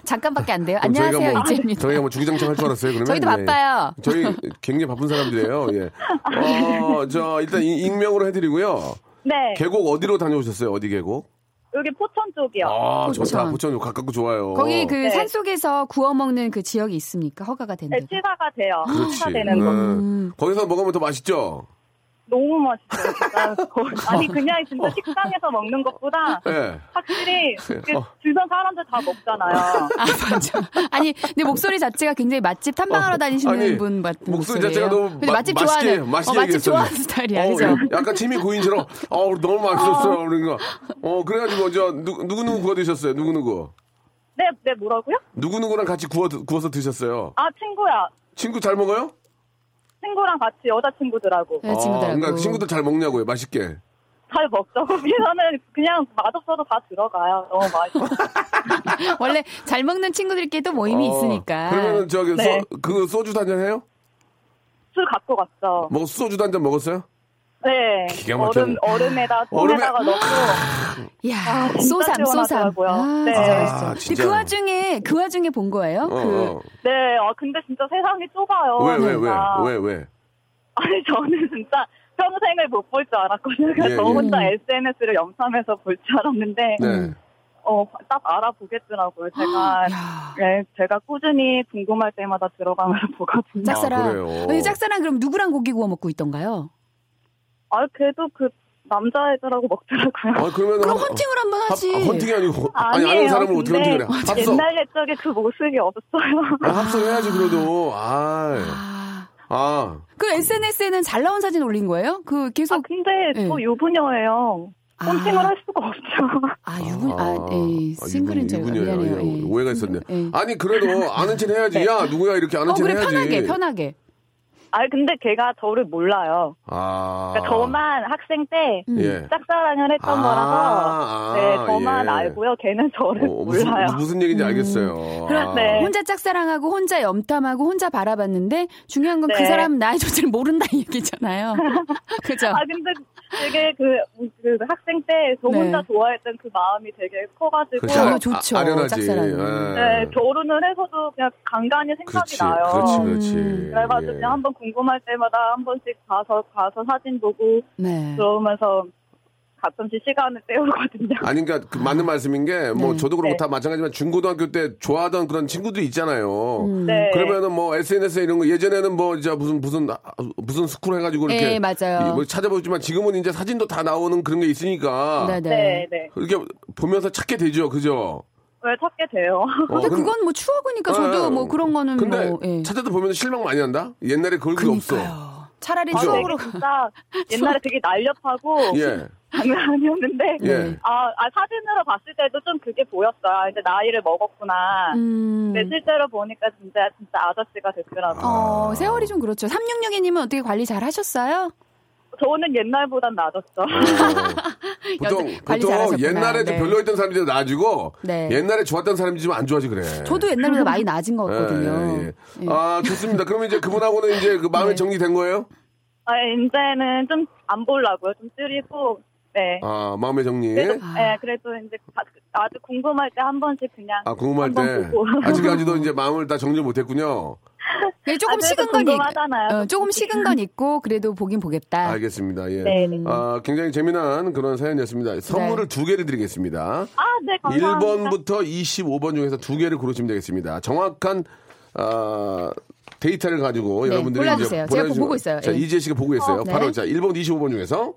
E: 잠깐밖에 안 돼요.
A: 그럼
E: 안녕하세요,
A: 저희가 뭐,
E: 이재입니다.
A: 저희가 뭐 주구장창 할 줄 알았어요. 그러면
E: 저희도
A: 예.
E: 바빠요.
A: 저희 굉장히 바쁜 사람들이에요. 예. 어, 저 일단 이- 익명으로 해드리고요.
F: 네,
A: 계곡 어디로 다녀오셨어요? 어디 계곡?
F: 여기 포천 쪽이요.
A: 아,
E: 포천.
A: 좋다. 포천 가깝고 좋아요.
E: 거기 그
F: 네.
E: 산속에서 구워 먹는 그 지역이 있습니까? 허가가 된
F: 네,
E: 데가.
F: 취사가 돼요.
A: 그렇지.
F: 취사되는 거.
E: 뭐.
A: 음. 거기서 먹으면 더 맛있죠?
F: 너무 맛있어요. 진짜. 거- 아니, 그냥 진짜 식당에서 먹는 것보다
A: 예.
F: 확실히 그
A: 어.
F: 주변 사람들 다 먹잖아요.
E: 아, 맞아. 아니, 내 목소리 자체가 굉장히 맛집 탐방하러 다니시는
A: 어, 아니,
E: 분 같은
A: 목소리
E: 목소리예요.
A: 자체가 너무
E: 근데
A: 마-
E: 맛집
A: 맛있게,
E: 좋아하는
A: 맛있게
E: 어, 맛집
A: 얘기했어요.
E: 좋아하는 스타일이야.
A: 어,
E: 그죠?
A: 약간 침이 고인처럼, 어, 너무 맛있었어요. 그러니까. 어, 그래가지고, 저, 누, 누구누구 구워 드셨어요? 누구누구?
F: 네, 네, 뭐라고요?
A: 누구누구랑 같이 구워, 드- 구워서 드셨어요?
F: 아, 친구야.
A: 친구 잘 먹어요?
F: 친구랑 같이 여자친구들하고
E: 네, 친구들하고.
A: 아, 그러니까 친구들 잘 먹냐고요, 맛있게.
F: 잘 먹죠. 거기서는 그냥 맛없어도 다 들어가요. 너무 맛있어.
E: 원래 잘 먹는 친구들끼리 또 모임이
A: 어,
E: 있으니까.
A: 그러면 저기
F: 네.
A: 소, 그 소주 단잔 해요?
F: 술 갖고 갔죠.
A: 뭐 소주 단잔 먹었어요?
F: 네.
A: 기가 막힌-
F: 얼음, 얼음에다,
A: 얼음에-
F: 통에다가 넣고.
E: 이야,
F: 아, 진짜
E: 소삼, 소삼.
F: 시원하더라고요.
E: 아,
F: 네.
E: 진짜
F: 아,
E: 맛있죠. 근데
A: 진짜.
E: 그 와중에, 그 와중에 본 거예요?
A: 어,
E: 그
A: 어.
F: 네, 아, 근데 진짜 세상이 좁아요.
A: 왜, 왜, 왜,
F: 진짜.
A: 왜, 왜?
F: 아니, 저는 진짜 평생을 못 볼 줄 알았거든요. 그래서
A: 예,
F: 저
A: 예.
F: 혼자 SNS를 염탐해서 볼 줄 알았는데,
E: 음,
A: 네.
F: 어, 딱 알아보겠더라고요. 제가, 네, 제가 꾸준히 궁금할 때마다 들어가면서 보거든요.
A: 아,
E: 짝사랑.
A: 그래요?
E: 근데 짝사랑 그럼 누구랑 고기 구워 먹고 있던가요?
F: 아, 그래도 그 남자애들하고 먹더라고요.
A: 아, 그러면
E: 그럼
A: 헌-
E: 헌팅을 한번
A: 합-
E: 하지.
A: 아, 헌팅이 아니고 아니
F: 아니에요.
A: 아는 사람을 어떻게
F: 근데
A: 헌팅을 해? 합성.
F: 옛날 옛적에 그 모습이 없어요.
A: 아, 합성해야지 그래도. 아.
E: 아,
A: 아.
E: 그 SNS에는 잘 나온 사진 올린 거예요? 그
F: 아,
E: 계속
F: 근데
E: 네.
F: 또 유부녀예요.
E: 아.
F: 폰팅을 할 수가 없죠.
E: 아 유분 아, 예, 싱글인 줄 알고
A: 유분이에요.
E: 미안해요.
A: 아니에요.
E: 예.
A: 오해가 있었네.
E: 예.
A: 아니 그래도 아는 척 해야지. 야 누구야 이렇게 아는
E: 어
A: 척
E: 그래
A: 해야지.
E: 편하게 편하게.
F: 아, 근데 걔가 저를 몰라요.
A: 아.
F: 그러니까 저만 학생 때
E: 음.
A: 예.
F: 짝사랑을
A: 아,
F: 했던
A: 아,
F: 거라서 네, 저만
A: 예.
F: 알고요. 걔는 저를
A: 어, 무슨
F: 몰라요.
A: 무슨
E: 음.
A: 얘기인지 알겠어요. 아.
F: 네.
E: 혼자 짝사랑하고 혼자 염탐하고 혼자 바라봤는데 중요한 건 그
F: 네.
E: 사람 나의 존재를 모른다 이 얘기잖아요. 그죠?
F: 아 근데 되게 그, 그 학생 때 저
E: 네.
F: 혼자 좋아했던 그 마음이 되게 커가지고
A: 그렇지.
E: 어,
A: 아,
E: 좋죠.
A: 아, 아련하지.
E: 짝사랑은.
A: 예.
F: 네, 결혼을 해서도 그냥 간간히 생각이
A: 그렇지,
F: 나요.
A: 그렇지, 그렇지.
E: 음.
F: 그래가지고
A: 예.
F: 그냥 한번 궁금할 때마다 한 번씩 가서 가서 사진 보고
E: 네.
F: 그러면서 가끔씩 시간을 때우거든요.
A: 아니, 그러니까 그 맞는 말씀인 게, 뭐, 저도 그렇고
F: 네.
A: 다 마찬가지지만 중고등학교 때 좋아하던 그런 친구들이 있잖아요.
E: 음.
F: 네.
A: 그러면은 뭐 SNS 에 이런 거 예전에는 뭐 이제 무슨 무슨 아, 무슨 스쿨 해가지고 이렇게
E: 예, 맞아요.
A: 이- 뭐 찾아보지만 지금은 이제 사진도 다 나오는 그런 게 있으니까
E: 네네.
F: 네, 네.
A: 이렇게 보면서 찾게 되죠, 그죠?
F: 왜 찾게 돼요?
A: 어,
E: 근데
A: 그럼-
E: 그건 뭐 추억이니까 저도
A: 예.
E: 뭐 그런 거는
A: 근데
E: 뭐. 예.
A: 찾아도 보면 실망 많이 한다. 옛날에 그런 게 없어.
E: 그러니까요. 차라리
A: 그죠?
E: 추억으로.
F: 근데 진짜 옛날에 되게 날렵하고
A: 예,
F: 장난이었는데
E: 네.
A: 예.
F: 아, 아, 사진으로 봤을 때도 좀 그게 보였어요. 아, 이제 나이를 먹었구나.
E: 음.
F: 근데 실제로 보니까 진짜 진짜 아저씨가 됐더라고요.
A: 아.
E: 어, 세월이 좀 그렇죠. 3662님은 어떻게 관리 잘 하셨어요?
F: 저는 옛날보단 나아졌죠.
A: 음. 어, 보통
E: 여튼 관리
A: 보통
E: 잘하셨구나.
A: 옛날에 좀
E: 네.
A: 별로였던 사람들이 좀 나아지고
E: 네.
A: 옛날에 좋았던 사람들이 좀 안 좋아지 그래.
E: 저도 옛날보다 많이 나아진 것
A: 예,
E: 같거든요.
A: 예, 예. 아 좋습니다. 그러면 이제 그분하고는 이제 그 마음이
E: 네.
A: 정리된 거예요?
F: 아, 이제는 좀 안 보려고요. 좀 줄이고, 네.
A: 아 마음의 정리.
F: 그래도, 네, 그래도 이제 가- 아주 궁금할 때 한 번씩 그냥.
A: 아 궁금할
F: 한번
A: 때
F: 보고.
A: 아직까지도 이제 마음을 다 정리 못했군요.
E: 예, 조금
F: 아, 그래도
E: 식은 건
F: 궁금하잖아요.
E: 있, 어, 조금 식은 건 있고 그래도 보긴 보겠다.
A: 알겠습니다. 예.
F: 네, 네.
A: 아 굉장히 재미난 그런 사연이었습니다. 선물을 두 개를 드리겠습니다.
F: 아, 네, 감사합니다.
A: 1번부터 25번 중에서 두 개를 고르시면 되겠습니다. 정확한 아, 데이터를 가지고
E: 네,
A: 여러분들이
E: 골라주세요.
A: 이제
E: 제가
A: 보내주시면-
E: 보고 있어요.
A: 자,
E: 예.
A: 이재 씨가 보고 있어요.
E: 어, 네.
A: 바로 자, 1번 25번 중에서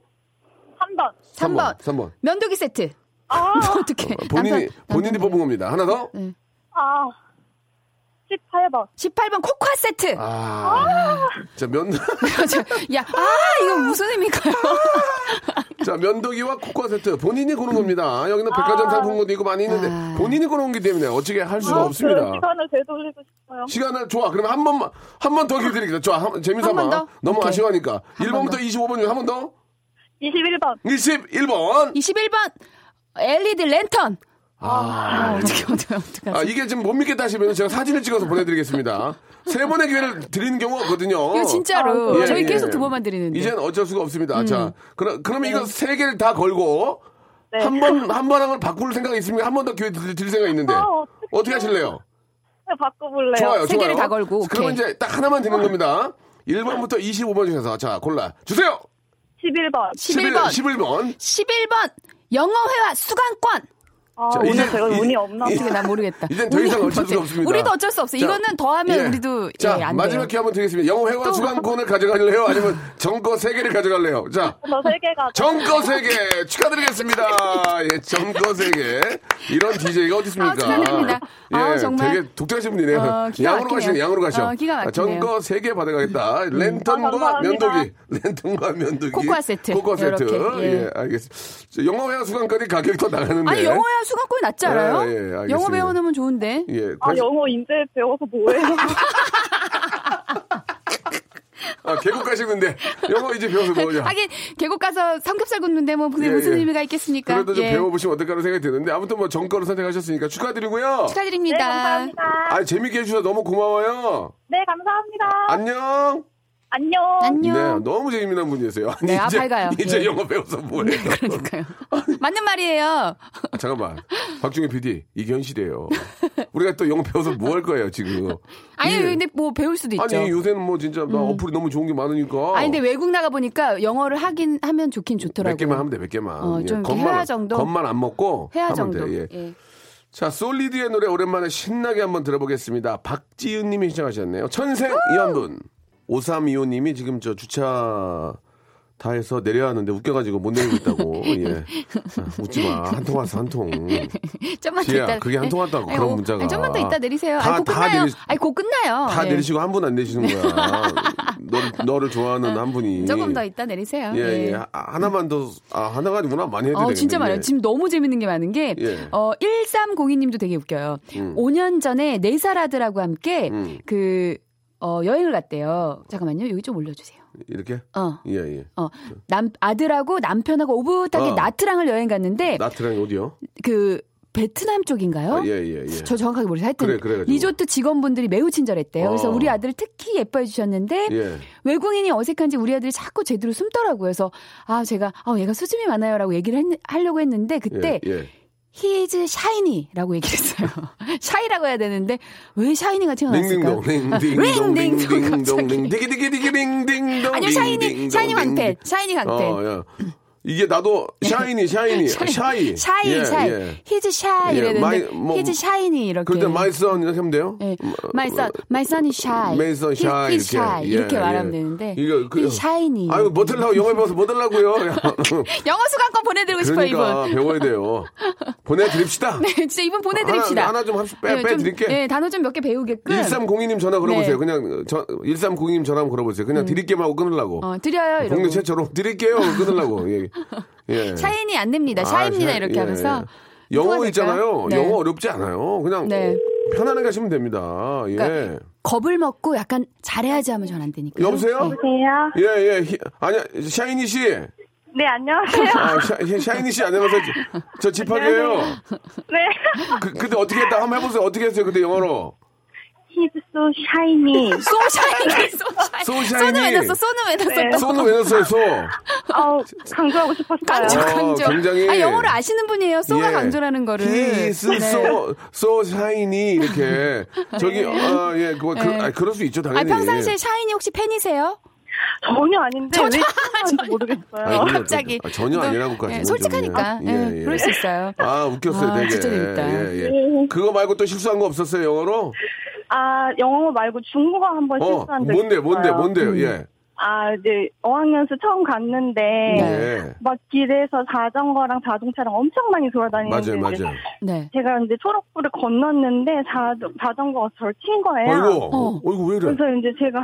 F: 3번.
A: 3번.
E: 3번.
A: 3번.
E: 면도기 세트.
F: 아,
E: 어떻게?
A: 본인이 본인이 뭐- 뽑은 겁니다. 하나 더?
F: 아. 18번.
E: 18번 코코아 세트.
A: 아. 자, 면
E: 야, 아, 이거 무슨 의미일까요?
A: 자, 면도기와 코코아 세트 본인이 고른 겁니다. 여기는 백화점 상품권도 있고 많이 있는데
E: 아.
A: 본인이 고른 거기 때문에 어떻게 할 수가
F: 아,
A: 없습니다.
F: 그 시간을 되돌리고 싶어요.
A: 시간을 좋아. 그러면 한 번만 한 번 더 기회 드릴게요. 좋아. 한- 재미삼아.
E: 한번 더?
A: 너무
E: 오케이.
A: 아쉬워하니까.
E: 한번
A: 1번부터 25번 중에 한 번 더.
F: 21번.
A: 21번.
E: 21번 LED 랜턴.
A: 아.
E: 아, 어떻게 어떻게 어떻게
A: 아, 이게 지금 못 믿겠다 하시면 제가 사진을 찍어서 보내 드리겠습니다. 세 번의 기회를 드리는 경우가 없거든요.
E: 이거 진짜로
A: 예,
E: 저희
A: 예.
E: 계속 두 번만 드리는데. 음. 네.
A: 이젠 어쩔 수가 없습니다. 자, 그럼 그러면 이거 세 개를 다 걸고 한 번 한 번 한 번 바꿀 생각이 있습니까? 한 번 더 기회 드릴, 드릴 생각이 있는데.
F: 아, 어떡해요.
A: 어떻게 하실래요?
F: 바꿔볼래요.
A: 좋아요,
E: 네, 세 개를
A: 좋아요.
E: 다 걸고,
A: 그러면
E: 오케이. 어.
A: 이제 딱 하나만 드는 겁니다. 1번부터 25번 중에서 자, 골라 주세요.
F: 11번.
E: 11번.
A: 11번.
E: 11번 영어회화 수강권.
F: 아,
A: 자,
F: 오늘
A: 이제
F: 제가
A: 이-
F: 운이 없나
A: 이-
E: 어떻게
F: 봐요.
E: 난 모르겠다.
A: 이젠 더 이상 어쩔 수가 없습니다.
E: 우리도 어쩔 수 없어.
A: 자,
E: 이거는 더하면
A: 예.
E: 우리도
A: 자
E: 예, 안
A: 마지막
E: 돼요.
A: 기회 한번 드리겠습니다. 영어 회화 수강권을 가져가실래요? 아니면 정거 세 개를 가져갈래요? 자
F: 저세 개가.
A: 정거 세 개 축하드리겠습니다. 예, 정거 세 개. 이런 DJ가 어디 있습니까?
E: 아, 축하드립니다.
A: 예,
E: 아, 정말.
A: 되게 독특하신 분이네요.
E: 어, 기가
A: 양으로
E: 막히네요.
A: 가시네, 양으로 가셔. 아,
E: 어, 기가 막히네요. 음.
A: 정거 세 개 받아가겠다.
F: 아,
A: 랜턴과
F: 감사합니다.
A: 면도기. 랜턴과 면도기.
E: 코코아 세트.
A: 코코아 세트.
E: 이렇게, 예.
A: 예, 알겠습니다. 저 영어 회화 수강까지 가격이 더 나가는데.
E: 아니 영어회화 수강권이 낫지 않아요?
A: 예, 예, 알겠습니다.
E: 영어 배워놓으면 좋은데.
A: 예,
F: 아,
A: 다시-
F: 영어 인제 배워서 뭐해요?
A: 아, 계곡 가시는데 영어 이제 배워서 뭐냐?
E: 하긴 계곡 가서 삼겹살 굽는데 뭐 그게
A: 예,
E: 무슨
A: 예.
E: 의미가 있겠습니까?
A: 그래도 좀
E: 예.
A: 배워보시면 어떨까라는 생각이 드는데 아무튼 뭐 정가를 선택하셨으니까 축하드리고요.
F: 네,
E: 축하드립니다.
F: 감사합니다.
A: 아 재밌게 해주셔서 너무 고마워요.
F: 네, 감사합니다.
A: 아, 안녕.
F: 안녕.
E: 안녕.
A: 네, 너무 재미난 분이세요. 아니,
E: 네, 아,
A: 이제,
E: 밝아요.
A: 이제
E: 예.
A: 영어 배워서 뭐예요?
E: 그러니까요. 맞는 말이에요.
A: 아, 잠깐만. 박중희 PD, 이게 현실이에요. 우리가 또 영어 배워서 뭐 할 거예요, 지금.
E: 아니
A: 이게-
E: 근데 뭐 배울 수도 있죠.
A: 예.
E: 음.
A: 아니, 요새는 뭐 진짜 나 어플이 너무 좋은 게 많으니까.
E: 아니 근데 외국 나가 보니까 영어를 하긴 하면 좋긴
A: 몇
E: 좋더라고요.
A: 개만 하면 돼, 몇 개만. 예,
E: 어, 좀 이렇게 회화 정도?
A: 겉만 안 먹고.
E: 회화
A: 하면
E: 정도.
A: 돼, 예.
E: 예.
A: 자, 솔리드의 노래 오랜만에 신나게 한번 들어보겠습니다. 박지은 님이 신청하셨네요. 천생 이연분. 5325 님이 지금 저 주차 다 해서 내려야 하는데 웃겨가지고 못 내리고 있다고. 예. 아, 웃지 마. 한 통 왔어, 한 통.
E: 아, 좀만 더
A: 지혜야,
E: 있다.
A: 그게 한
E: 예.
A: 통한다고,
E: 아니,
A: 그런
E: 오-
A: 문자가.
E: 아니, 좀만 더 있다 내리세요.
A: 다-
E: 아니, 곧
A: 다
E: 끝나요.
A: 내리-
E: 아니, 곧 끝나요.
A: 다
E: 예.
A: 내리시고 한 분 안 내리시는 거야. 너를, 너를 좋아하는 한 분이.
E: 조금 더 있다 내리세요. 네.
A: 예, 예. 아, 하나만 더, 아, 하나가 아니구나. 많이 해도
E: 어,
A: 되겠네.
E: 진짜 많아요.
A: 예.
E: 지금 너무 재밌는 게 많은 게,
A: 예.
E: 어, 1302님도 되게 웃겨요. 5년 전에 네 살 아들하고 함께,
A: 음.
E: 그, 어, 여행을 갔대요. 잠깐만요. 여기 좀 올려주세요.
A: 이렇게?
E: 어,
A: 예, 예.
E: 어. 남, 아들하고 남편하고 오붓하게
A: 어.
E: 나트랑을 여행 갔는데,
A: 나트랑이 어디요?
E: 그, 베트남 쪽인가요?
A: 아, 예, 예, 예.
E: 저 정확하게 모르겠어요. 하여튼
A: 그래, 그래가지고.
E: 리조트 직원분들이 매우 친절했대요. 그래서
A: 어.
E: 우리 아들을 특히 예뻐해 주셨는데
A: 예.
E: 외국인이 어색한지 우리 아들이 자꾸 제대로 숨더라고요. 그래서 아 제가 아 얘가 수줍이 많아요라고 얘기를 했- 하려고 했는데 그때
A: 예, 예.
E: he is shiny라고 얘기했어요. 샤이라고 해야 되는데 왜 샤이니가 튀어나왔을까요?
A: 링딩동 링딩동
E: 링딩동
A: 링딩동
E: 갑자기.
A: 링딩디기디기 링딩동
E: 아니요 샤이니
A: 링딩동,
E: 샤이니
A: 링딩.
E: 광팬 샤이니 광팬
A: 어, 야. 이게 나도 샤이니 샤이니 샤이
E: 샤이,
A: 예,
E: 샤이.
A: 예.
E: 히즈 샤이
A: 예,
E: 이랬는데
A: 마이- 뭐-
E: 히즈 샤이니 이렇게.
A: 그럴 때 마이선 이렇게 하면 돼요?
E: 예. My son, my son is shy.
A: 메이선
E: He-
A: 샤이
E: he's shy. 이렇게
A: 예,
E: 말하면
A: 예.
E: 되는데.
A: 이거 그
E: He's shiny.
A: 아유 뭐 들라고 영어 배워서 뭐 들라고요? 야,
E: 영어 수강권 보내드리고 싶어요,
A: 그러니까
E: 이분.
A: 배워야 돼요. 보내드립시다.
E: 진짜 이분 네, 보내드립시다.
A: 하나- 하나 좀 합시- 빼-
E: 예,
A: 빼드릴게.
E: 예, 단어 좀 몇 개 배우게끔.
A: 1302님 전화 걸어보세요.
E: 네. 음.
A: 그냥 저 1302님 전화 한번 걸어보세요. 그냥 드릴게만 하고 끊으려고.
E: 어, 드려요, 이러고.
A: 동네 최초로 드릴게요 하고 끊으려고. 예. 예.
E: 샤이니 안 냅니다.
A: 아,
E: 샤입니다.
A: 샤이-
E: 이렇게
A: 예,
E: 하면서.
A: 예. 영어
E: 통화될까요?
A: 있잖아요.
E: 네.
A: 영어 어렵지 않아요. 그냥
E: 네.
A: 편안하게 하시면 됩니다. 예.
E: 그러니까 겁을 먹고 약간 잘해야지 하면 전 안 되니까.
A: 여보세요?
F: 안녕하세요.
A: 예, 예. 히- 아니, 샤이니 씨.
F: 네, 안녕하세요.
A: 아, 샤, 이니씨 안녕하세요. 저- 저 집학이에요.
F: 네.
A: 그, 그때 어떻게 했다? 한번 해보세요. 어떻게 했어요? 그때 영어로.
F: He's so shiny.
E: 소샤이니, 소샤이니.
A: So shiny.
E: 손을 왜 넣었어, 손을 왜 넣었어.
F: 네.
A: 손을 왜 넣었어요, 소?
F: 어, 강조하고 싶었어요.
E: 강조,
A: 어,
E: 강조.
A: 굉장히-
E: 아, 영어를 아시는 분이에요. 소가
A: 예.
E: 강조라는 거를. 네.
A: He is so, so shiny. 이렇게. 저기, 아, 예, 그거, 그,
E: 네.
A: 아, 그럴 수 있죠, 당연히. 예.
E: 아, 평상시에 샤이니 혹시 팬이세요?
F: 전혀 아닌데 왜 싫어하는지 모르겠어요.
A: 아니, 근데
E: 갑자기.
A: 아, 전혀
E: 또,
A: 아니라고까지.
E: 예, 솔직하니까. 예, 그럴 수 있어요.
A: 아, 웃겼어요,
E: 아,
A: 되게.
E: 진짜 재밌다.
A: 예, 예. 그거 말고 또 실수한 거 없었어요, 영어로?
F: 아, 영어 말고 중국어 한번
A: 어,
F: 실수한 적
A: 뭔데, 뭔데,
F: 있어요.
A: 뭔데요, 예.
F: 아, 이제 어학연수 처음 갔는데
E: 네.
A: 예.
F: 막 길에서 자전거랑 자동차랑 엄청 많이 돌아다니는데
A: 맞아요,
F: 이제
A: 맞아요.
E: 네.
F: 제가 이제 초록불을 건넜는데 자, 자전거가 저를 친 거예요.
E: 어.
A: 아이고, 아이고, 왜 이래?
F: 그래서 이제 제가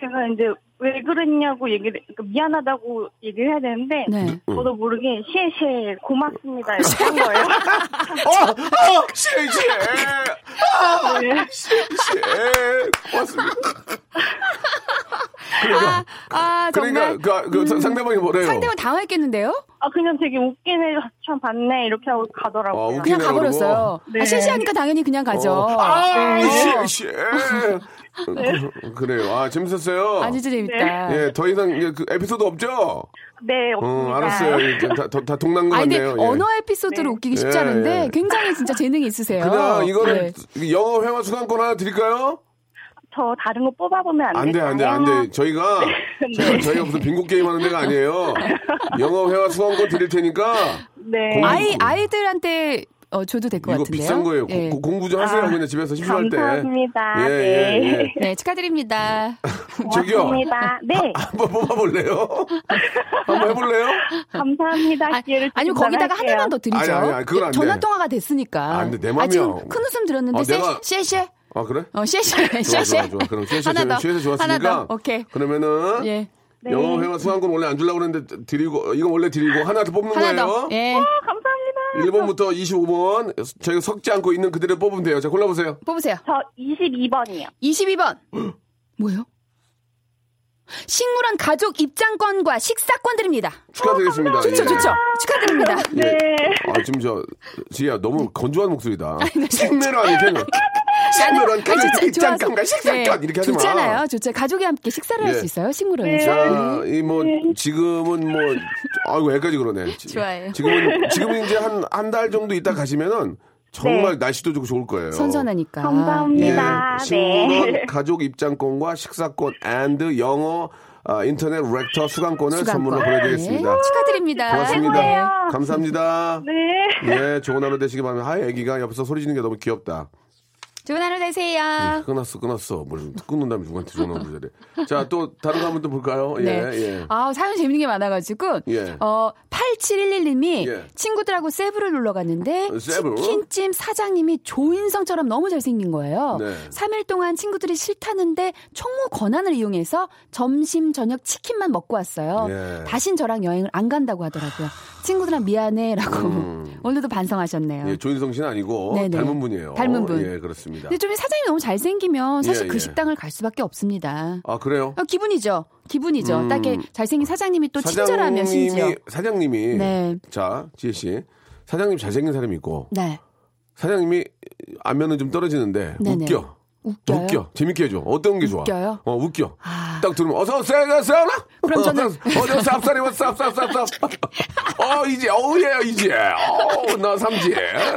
F: 제가 이제 왜 그랬냐고 얘기를 그러니까 미안하다고 얘기를 해야 되는데
E: 네.
F: 저도 모르게 쉐쉐 고맙습니다 이렇게 한 거예요.
A: 어, 어, 시에, 시에. 아,
F: 네.
A: 시에. 고맙습니다.
E: 아, 아,
A: 그러니까,
E: 정말.
A: 그,
E: 음.
A: 그 사- 상대방이 뭐래요?
E: 상대방 당황했겠는데요?
F: 아 그냥 되게 웃기네 참 봤네 이렇게 하고 가더라고요.
A: 아, 웃기네.
E: 그냥 가버렸어요.
F: 그러고.
E: 아,
F: 네.
E: 실시하니까 당연히 그냥 가죠. 네.
A: 어. 아, 시에, 시에. 어, 그래요. 아, 재밌었어요.
E: 아, 진짜 재밌다.
A: 예, 더 이상 이제 그 에피소드 없죠?
F: 네
A: 어,
F: 없습니다.
A: 알았어요. 예, 다, 다, 다 동난 것
E: 아, 근데
A: 같네요. 예.
E: 언어 에피소드로
F: 네.
E: 웃기기 쉽지
A: 예,
E: 않은데
A: 예.
E: 굉장히 진짜 재능이 있으세요.
A: 그냥 이거는
E: 네.
A: 영어 회화 수강권 하나 드릴까요?
F: 저 다른 거 뽑아보면 안, 네.
A: 안 돼, 안 돼, 안 돼. 저희가,
E: 네.
A: 저희가, 저희가 무슨 빙고 게임 하는 데가 아니에요. 영어 회화 수강권 드릴 테니까
F: 네.
A: 공부-
E: 아이 아이들한테 어, 줘도 될 것
A: 음. 이거
E: 같은데요.
A: 비싼 거예요.
E: 예.
A: 고- 공부 좀 하세요.
F: 아,
A: 그냥 집에서 심심할 때.
F: 감사합니다.
A: 예,
F: 네.
A: 예, 예.
E: 네, 축하드립니다.
A: 저기요.
F: 고맙습니다. 네,
A: 한번 뽑아볼래요? 한번 해볼래요?
F: 감사합니다.
E: 아,
F: 기회를
E: 아니면
F: 주신다면
E: 거기다가
F: 할게요.
E: 하나만 더 드리죠.
A: 아니, 아니, 아니, 그건 안 돼.
E: 전화 통화가 됐으니까.
A: 안 돼, 내
E: 아,
A: 맘이야.
E: 지금 큰 웃음 들었는데
A: 아,
E: 쎄
A: 내가-
E: 쎄쎄.
A: 아, 그래?
E: 어, 쎄쎄.
A: 좋아, 좋아,
E: 쎄쎄.
A: 좋아. 그럼 쉐쉐,
E: 하나 더.
A: 쉐쉐 좋았으니까.
E: 하나 더. 오케이.
A: 그러면은
E: 예.
A: 영어
F: 네.
A: 회화 수강권 원래 안 주려고 그랬는데 드리고 이거 원래 드리고 하나 더 뽑는
E: 하나
A: 거예요.
E: 더. 예.
F: 아, 감사합니다.
A: 1번부터 25번 저희가 섞지 않고 있는 그대로 뽑으면 돼요. 자, 골라 보세요.
E: 뽑으세요.
F: 저 22번이요.
E: 22번. 뭐예요? 식물원 가족 입장권과 식사권 드립니다.
A: 축하드리겠습니다.
E: 좋죠,
A: 예.
E: 좋죠. 축하드립니다.
A: 예. 아, 지금 저 지혜야
E: 네.
A: 너무 건조한 목소리다. 생메란 이렇게 생메란
E: 아, 진짜
A: 가족 입장권과
E: 좋아서.
A: 식사권
E: 네,
A: 이렇게 하지 마.
E: 좋잖아요. 좋죠. 가족이 함께 식사를 할
A: 예.
E: 수 있어요. 식물원에서.
A: 자, 이 뭐 지금은 뭐 아이고 애까지 그러네. 지-
E: 좋아요.
A: 지금은 지금은 이제 한 한 달 정도 있다 가시면은 정말 날씨도 좋고 좋을 거예요.
E: 선선하니까.
A: 예,
F: 감사합니다.
A: 식물원
F: 네.
A: 가족 입장권과 식사권 and 영어 아, 인터넷 렉터 수강권을
E: 수강권.
A: 선물로 보내드리겠습니다.
E: 네, 축하드립니다.
A: 고맙습니다.
F: 최고예요.
A: 감사합니다.
F: 네.
A: 예, 좋은 하루 되시기 바랍니다. 하이, 애기가 옆에서 소리 지는 게 너무 귀엽다.
E: 좋은 하루 되세요.
A: 끊었어, 끊었어. 뭘 끊는다면 누구한테 전화 오는 자리. 자, 또 다른 거 한번 또 볼까요? 예, 예.
E: 아, 사연 재밌는 게 많아가지고,
A: 예.
E: 어, 8711님이
A: 예.
E: 친구들하고 세부를 놀러 갔는데,
A: 어, 세부?
E: 치킨집 사장님이 조인성처럼 너무 잘생긴 거예요.
A: 네.
E: 3일 동안 친구들이 싫다는데, 총무 권한을 이용해서 점심, 저녁 치킨만 먹고 왔어요.
A: 예.
E: 다신 저랑 여행을 안 간다고 하더라고요. 친구들아 미안해. 라고. 오늘도 반성하셨네요.
A: 음. 예, 조인성 씨는 아니고
E: 네네.
A: 닮은 분이에요.
E: 닮은 분.
A: 예, 그렇습니다.
E: 근데 좀 사장님이 너무 잘생기면 사실
A: 예,
E: 그
A: 예.
E: 식당을 갈 수밖에 없습니다.
A: 아, 그래요?
E: 어, 기분이죠. 기분이죠.
A: 음.
E: 딱 이렇게 잘생긴 사장님이 또 친절하면 심지어.
A: 사장님이 사장님이
E: 네.
A: 자, 지혜 씨. 사장님 잘생긴 사람이 있고
E: 네.
A: 사장님이 안면은 좀 떨어지는데
E: 네네.
A: 웃겨.
E: 웃겨요?
A: 웃겨. 재밌게 해줘. 어떤 게 좋아?
E: 웃겨요?
A: 어, 웃겨.
E: 아.
A: 딱 들으면, 어서, 세나, 세나!
E: 그럼 저는-
A: 어서, 쌉싸리, 왔어, 쌉, 쌉, 쌉, 쌉. 어, 이제, 어우, 예, 이제. 어, 나 삼지,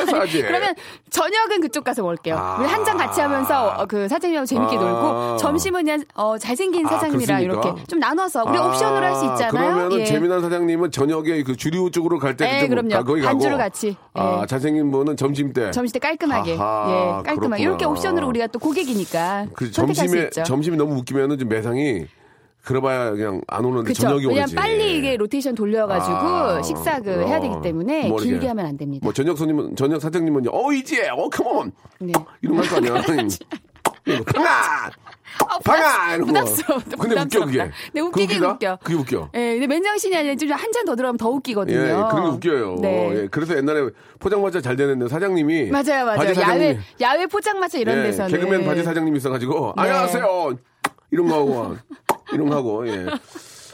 A: 사지.
E: 그러면 저녁은 그쪽 가서 먹을게요.
A: 예. 아.
E: 우리 한 잔 같이 하면서 어, 그 사장님하고 재밌게
A: 아.
E: 놀고 점심은 그냥 어, 잘생긴
A: 아,
E: 사장님이랑
A: 그렇습니까?
E: 이렇게 좀 나눠서 우리 옵션으로 할 수 있잖아요.
A: 아, 그러면 은 재미난 사장님은 저녁에 그 주류 쪽으로 갈 때,
E: 예,
A: 그때
E: 그럼요.
A: 가- 거기 가고.
E: 반주로 같이.
A: 아,
E: 예.
A: 잘생긴 분은 점심 때.
E: 점심 때 깔끔하게
A: 아하,
E: 예 깔끔하게
A: 그렇구나.
E: 이렇게 옵션으로 우리가 또 고객이니까
A: 그
E: 선택할 수
A: 점심에,
E: 있죠.
A: 점심이 너무 웃기면은 좀 매상이, 그래봐야 그냥 안 오는데
E: 그쵸.
A: 저녁이
E: 왜냐면
A: 오지.
E: 빨리 이게 로테이션 돌려가지고
A: 아,
E: 식사 그
A: 어,
E: 해야 되기 때문에
A: 모르게.
E: 길게 하면 안 됩니다.
A: 뭐 저녁 손님은 저녁 사장님은 어 이제 어 컴온
E: 네.
A: 이런 거 예, 할 거 아니야. 방아
E: 아,
A: 방아 이런 거.
E: 부담스러워.
A: 뭐. 근데 웃겨 그게.
E: 네, 웃기긴
A: 그거
E: 웃겨.
A: 그게 웃겨.
E: 예, 근데 맨정신이 아니라 좀 한 잔 더 들어가면 더 웃기거든요.
A: 예, 그런 게 웃겨요.
E: 네.
A: 예, 그래서 옛날에 포장마차 잘 되는데 사장님이
E: 맞아요, 맞아요.
A: 바지 사장님이,
E: 야외 야외 포장마차 이런
A: 예,
E: 데서는
A: 개그맨 바지 사장님 이 있어가지고
E: 네.
A: 안녕하세요 이런 거 하고 이런 거 하고 예.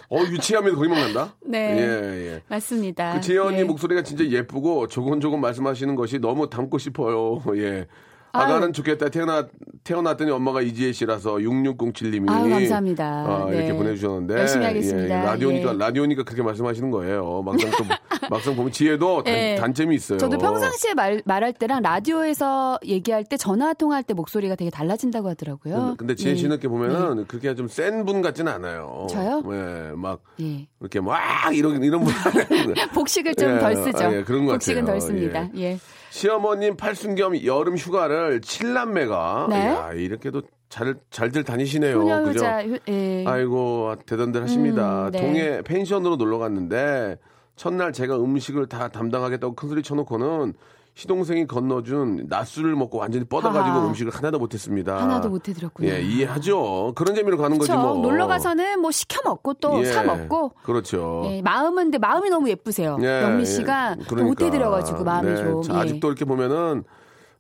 A: 어 유치하면 거기만 간다.
E: 네.
A: 예 예.
E: 맞습니다.
A: 그 지혜언니
E: 예.
A: 목소리가 진짜 예쁘고 조곤조곤 말씀하시는 것이 너무 닮고 싶어요. 예. 아가는 좋겠다. 태어나, 태어났더니 엄마가 이지혜 씨라서 6607님이.
E: 아유, 감사합니다.
A: 아,
E: 네.
A: 이렇게 보내주셨는데.
E: 열심히 하겠습니다.
A: 예, 라디오니까,
E: 예.
A: 라디오니까 그렇게 말씀하시는 거예요. 막상 또, 뭐, 막상 보면 지혜도 단,
E: 예.
A: 단점이 있어요.
E: 저도 평상시에 말, 말할 때랑 라디오에서 얘기할 때 전화 통화할 때 목소리가 되게 달라진다고 하더라고요.
A: 근데, 근데 지혜 씨는 이렇게
E: 예.
A: 보면은 그렇게 좀 센 분 같진 않아요.
E: 저요?
A: 예, 막.
E: 예.
A: 이렇게 막 이런 이런 분
E: 복식을 좀
A: 예,
E: 덜 쓰죠.
A: 아, 예, 그런 것
E: 복식은
A: 같아요.
E: 덜 씁니다. 예.
A: 시어머님 팔순겸 여름 휴가를 칠남매가
E: 네.
A: 야, 이렇게도 잘 잘들 다니시네요. 어, 그죠?
E: 효녀효자, 효- 예.
A: 아이고 대단들 하십니다.
E: 음, 네.
A: 동해 펜션으로 놀러 갔는데 첫날 제가 음식을 다 담당하겠다고 큰소리 쳐놓고는 시동생이 건너준 낮술을 먹고 완전히 뻗어가지고
E: 하하.
A: 음식을 하나도 못했습니다.
E: 하나도 못 해드렸군요.
A: 예, 이해하죠. 그런 재미로 가는
E: 그쵸.
A: 거지 뭐.
E: 놀러 가서는 뭐 시켜 먹고 또
A: 예,
E: 사 먹고.
A: 그렇죠.
E: 예, 마음은 근데 마음이 너무 예쁘세요.
A: 예,
E: 어, 영미
A: 예.
E: 씨가 또
A: 그러니까.
E: 못해드려가지고 마음이
A: 네,
E: 좀.
A: 자,
E: 예.
A: 아직도 이렇게 보면은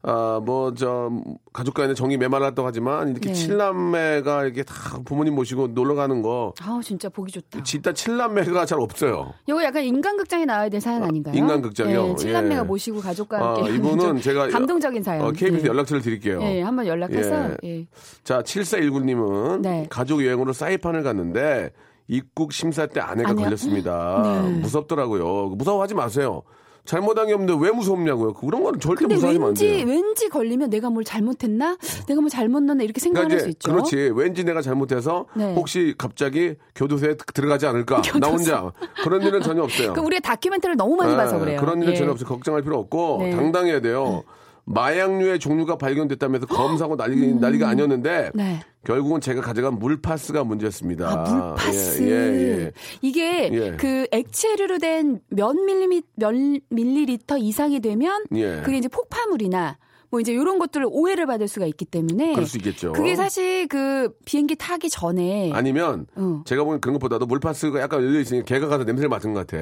A: 아뭐저 가족 간의 정이 메말랐다고 하지만 이렇게
E: 네.
A: 칠남매가 이렇게 다 부모님 모시고 놀러 가는 거
E: 아우 진짜 보기 좋다.
A: 진짜 칠남매가 잘 없어요.
E: 이거 약간 인간극장에 나와야 될 사연 아닌가요?
A: 인간극장이요?
E: 예, 칠남매가
A: 예.
E: 모시고 가족과
A: 아,
E: 함께. 하는
A: 이분은
E: 좀
A: 제가
E: 감동적인 사연.
A: 어, KBS
E: 예.
A: 연락처를 드릴게요.
E: 예, 한번 연락해서.
A: 예.
E: 예.
A: 자, 7419님은
E: 네.
A: 가족 여행으로 사이판을 갔는데 입국 심사 때 아내가
E: 아니요.
A: 걸렸습니다.
E: 네.
A: 무섭더라고요. 무서워하지 마세요. 잘못한 게 없는데 왜 무섭냐고요. 그런 거는 절대
E: 근데
A: 무서워하면 안 돼요.
E: 왠지 왠지 걸리면 내가 뭘 잘못했나? 내가 뭘 잘못 넣나 이렇게 생각할 수 있죠.
A: 그러니까 그렇지. 왠지 내가 잘못해서
E: 네.
A: 혹시 갑자기 교도소에 드- 들어가지 않을까. 나 혼자. 그런 일은 전혀 없어요.
E: 그 우리가 다큐멘터리를 너무 많이
A: 예,
E: 봐서 그래요.
A: 그런 일은
E: 예.
A: 전혀 없어요. 걱정할 필요 없고
E: 네.
A: 당당해야 돼요. 마약류의 종류가 발견됐다면서 검사하고 난리, 난리가 아니었는데
E: 음. 네.
A: 결국은 제가 가져간 물파스가 문제였습니다.
E: 아, 물파스.
A: 예, 예, 예.
E: 이게
A: 예.
E: 그 액체류로 된 몇 밀리미 몇 밀리리터 이상이 되면
A: 예.
E: 그게 이제 폭파물이나 뭐 이제 이런 것들을 오해를 받을 수가 있기 때문에
A: 그럴 수 있겠죠.
E: 그게 사실 그 비행기 타기 전에
A: 아니면
E: 어.
A: 제가 보기엔 그런 것보다도 물파스가 약간 열려 있으니 개가 가서 냄새를 맡은 것 같아.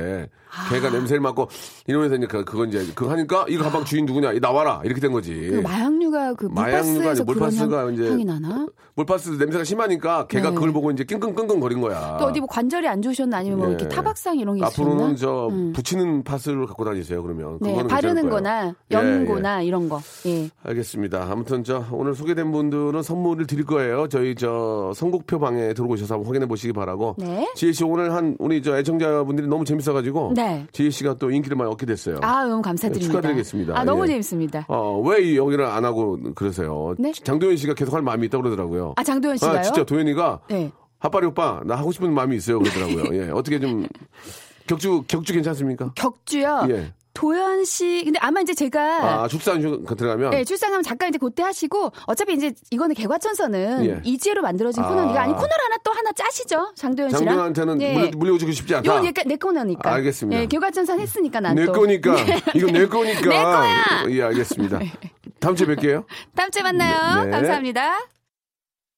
A: 개가 냄새를 맡고 이러면서 이제 그- 그건 이제 그거 하니까 이거 가방 주인 누구냐 이 나와라 이렇게 된 거지.
E: 그 마약류가 그
A: 예. 마약류가
E: 물파스에서
A: 아니고 물파스가
E: 그런 향,
A: 이제
E: 향이 나나?
A: 물파스 냄새가 심하니까 걔가
E: 네.
A: 그걸 보고 이제 끙끙끙끙 거린 거야.
E: 또 어디 뭐 관절이 안 좋으셨나 아니면 뭐
A: 아. 예.
E: 이렇게 타박상 이런 게 있으셨나?
A: 앞으로는 저
E: 음.
A: 붙이는 파스를 갖고 다니세요. 그러면
E: 네,
A: 그거는 괜찮을 거예요.
E: 바르는 거나
A: 예,
E: 연고나 이런 거. 예.
A: 예. 알겠습니다. 아무튼 저 오늘 소개된 분들은 선물을 드릴 거예요. 저희 저 선곡표 방에 들어오셔서 한번 확인해 보시기 바라고.
E: 네.
A: 지혜 씨 오늘 한 우리 저 애청자분들이 너무 재밌어가지고
E: 네.
A: 지혜 씨가 또 인기를 많이 얻게 됐어요.
E: 아, 너무 감사드립니다.
A: 축하드리겠습니다.
E: 아, 너무
A: 예.
E: 재밌습니다.
A: 어, 왜 여기를 안 하고 그러세요?
E: 네?
A: 장도연 씨가 계속 할 마음이 있다고 그러더라고요.
E: 아, 장도연 씨가요?
A: 아, 진짜 도연이가
E: 네.
A: 핫바리 오빠 나 하고 싶은 마음이 있어요 그러더라고요. 예, 어떻게 좀 격주 격주 괜찮습니까?
E: 어. 격주요.
A: 예.
E: 도현 씨, 근데 아마 이제 제가
A: 아 출산 휴가 들어가면
E: 예, 출산하면 잠깐 이제 그때 하시고 어차피 이제 이거는 개과천선은
A: 예.
E: 이지혜로 만들어진
A: 아.
E: 코너니까 아니 코너 하나 또 하나 짜시죠 장도연 씨랑. 네.
A: 장도연한테는 물려, 물려주고 싶지 않다.
E: 이건 내 거니까.
A: 알겠습니다.
E: 예, 개과천선 했으니까 난
A: 내
E: 또. 네,
A: 거니까 이건 내 거니까.
E: 내 거야! 네.
A: 예 알겠습니다. 다음 주에 뵐게요.
E: 다음 주에 만나요.
A: 네.
E: 감사합니다.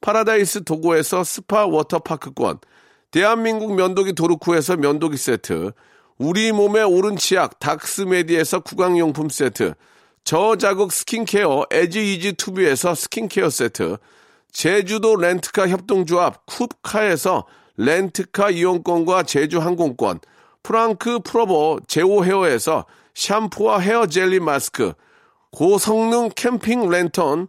A: 파라다이스 도고에서 스파 워터파크권, 대한민국 면도기 도르쿠에서 면도기 세트, 우리 몸의 오른 치약 닥스메디에서 구강용품 세트, 저자극 스킨케어 에지이지 투비에서 스킨케어 세트, 제주도 렌트카 협동조합 쿱카에서 렌트카 이용권과 제주 항공권, 프랑크 프로보 제오 헤어에서 샴푸와 헤어 젤리 마스크, 고성능 캠핑 랜턴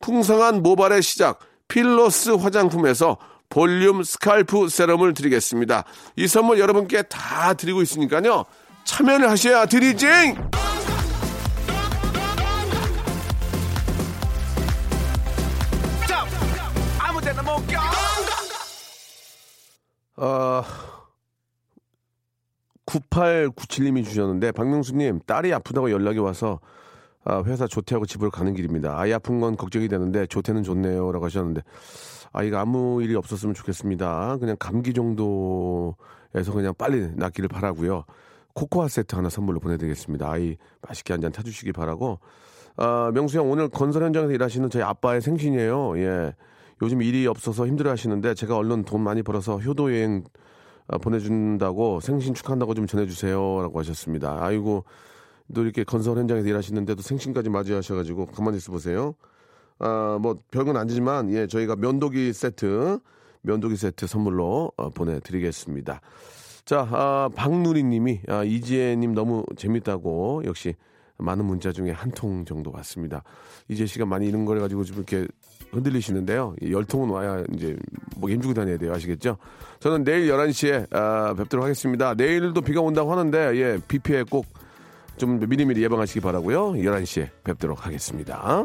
A: 풍성한 모발의 시작 필로스 화장품에서 볼륨 스칼프 세럼을 드리겠습니다. 이 선물 여러분께 다 드리고 있으니까요. 참여를 하셔야 드리징! 어, 9897님이 주셨는데 박명수님 딸이 아프다고 연락이 와서 아, 회사 조퇴하고 집으로 가는 길입니다. 아이 아픈 건 걱정이 되는데 조퇴는 좋네요라고 하셨는데 아이가 아무 일이 없었으면 좋겠습니다. 그냥 감기 정도에서 그냥 빨리 낫기를 바라고요. 코코아 세트 하나 선물로 보내드리겠습니다. 아이 맛있게 한 잔 타주시기 바라고 아, 명수 형 오늘 건설 현장에서 일하시는 저희 아빠의 생신이에요. 예. 요즘 일이 없어서 힘들어하시는데 제가 얼른 돈 많이 벌어서 효도 여행 아, 보내준다고 생신 축하한다고 좀 전해주세요라고 하셨습니다. 아이고 또 이렇게 건설 현장에서 일하시는데도 생신까지 맞이하셔가지고 가만히 있어 보세요. 아 뭐 별건 아니지만 예 저희가 면도기 세트 면도기 세트 선물로 어, 보내드리겠습니다. 자 아, 박누리님이 아, 이지혜님 너무 재밌다고 역시 많은 문자 중에 한 통 정도 왔습니다. 이재 씨가 많이 이런 걸 가지고 좀 이렇게 흔들리시는데요. 이 열통은 와야 이제 뭐 힘주고 다녀야 돼요. 아시겠죠? 저는 내일 11시에 아, 뵙도록 하겠습니다. 내일도 비가 온다고 하는데 예, 비 피해 꼭 좀 미리미리 예방하시기 바라고요. 11시에 뵙도록 하겠습니다.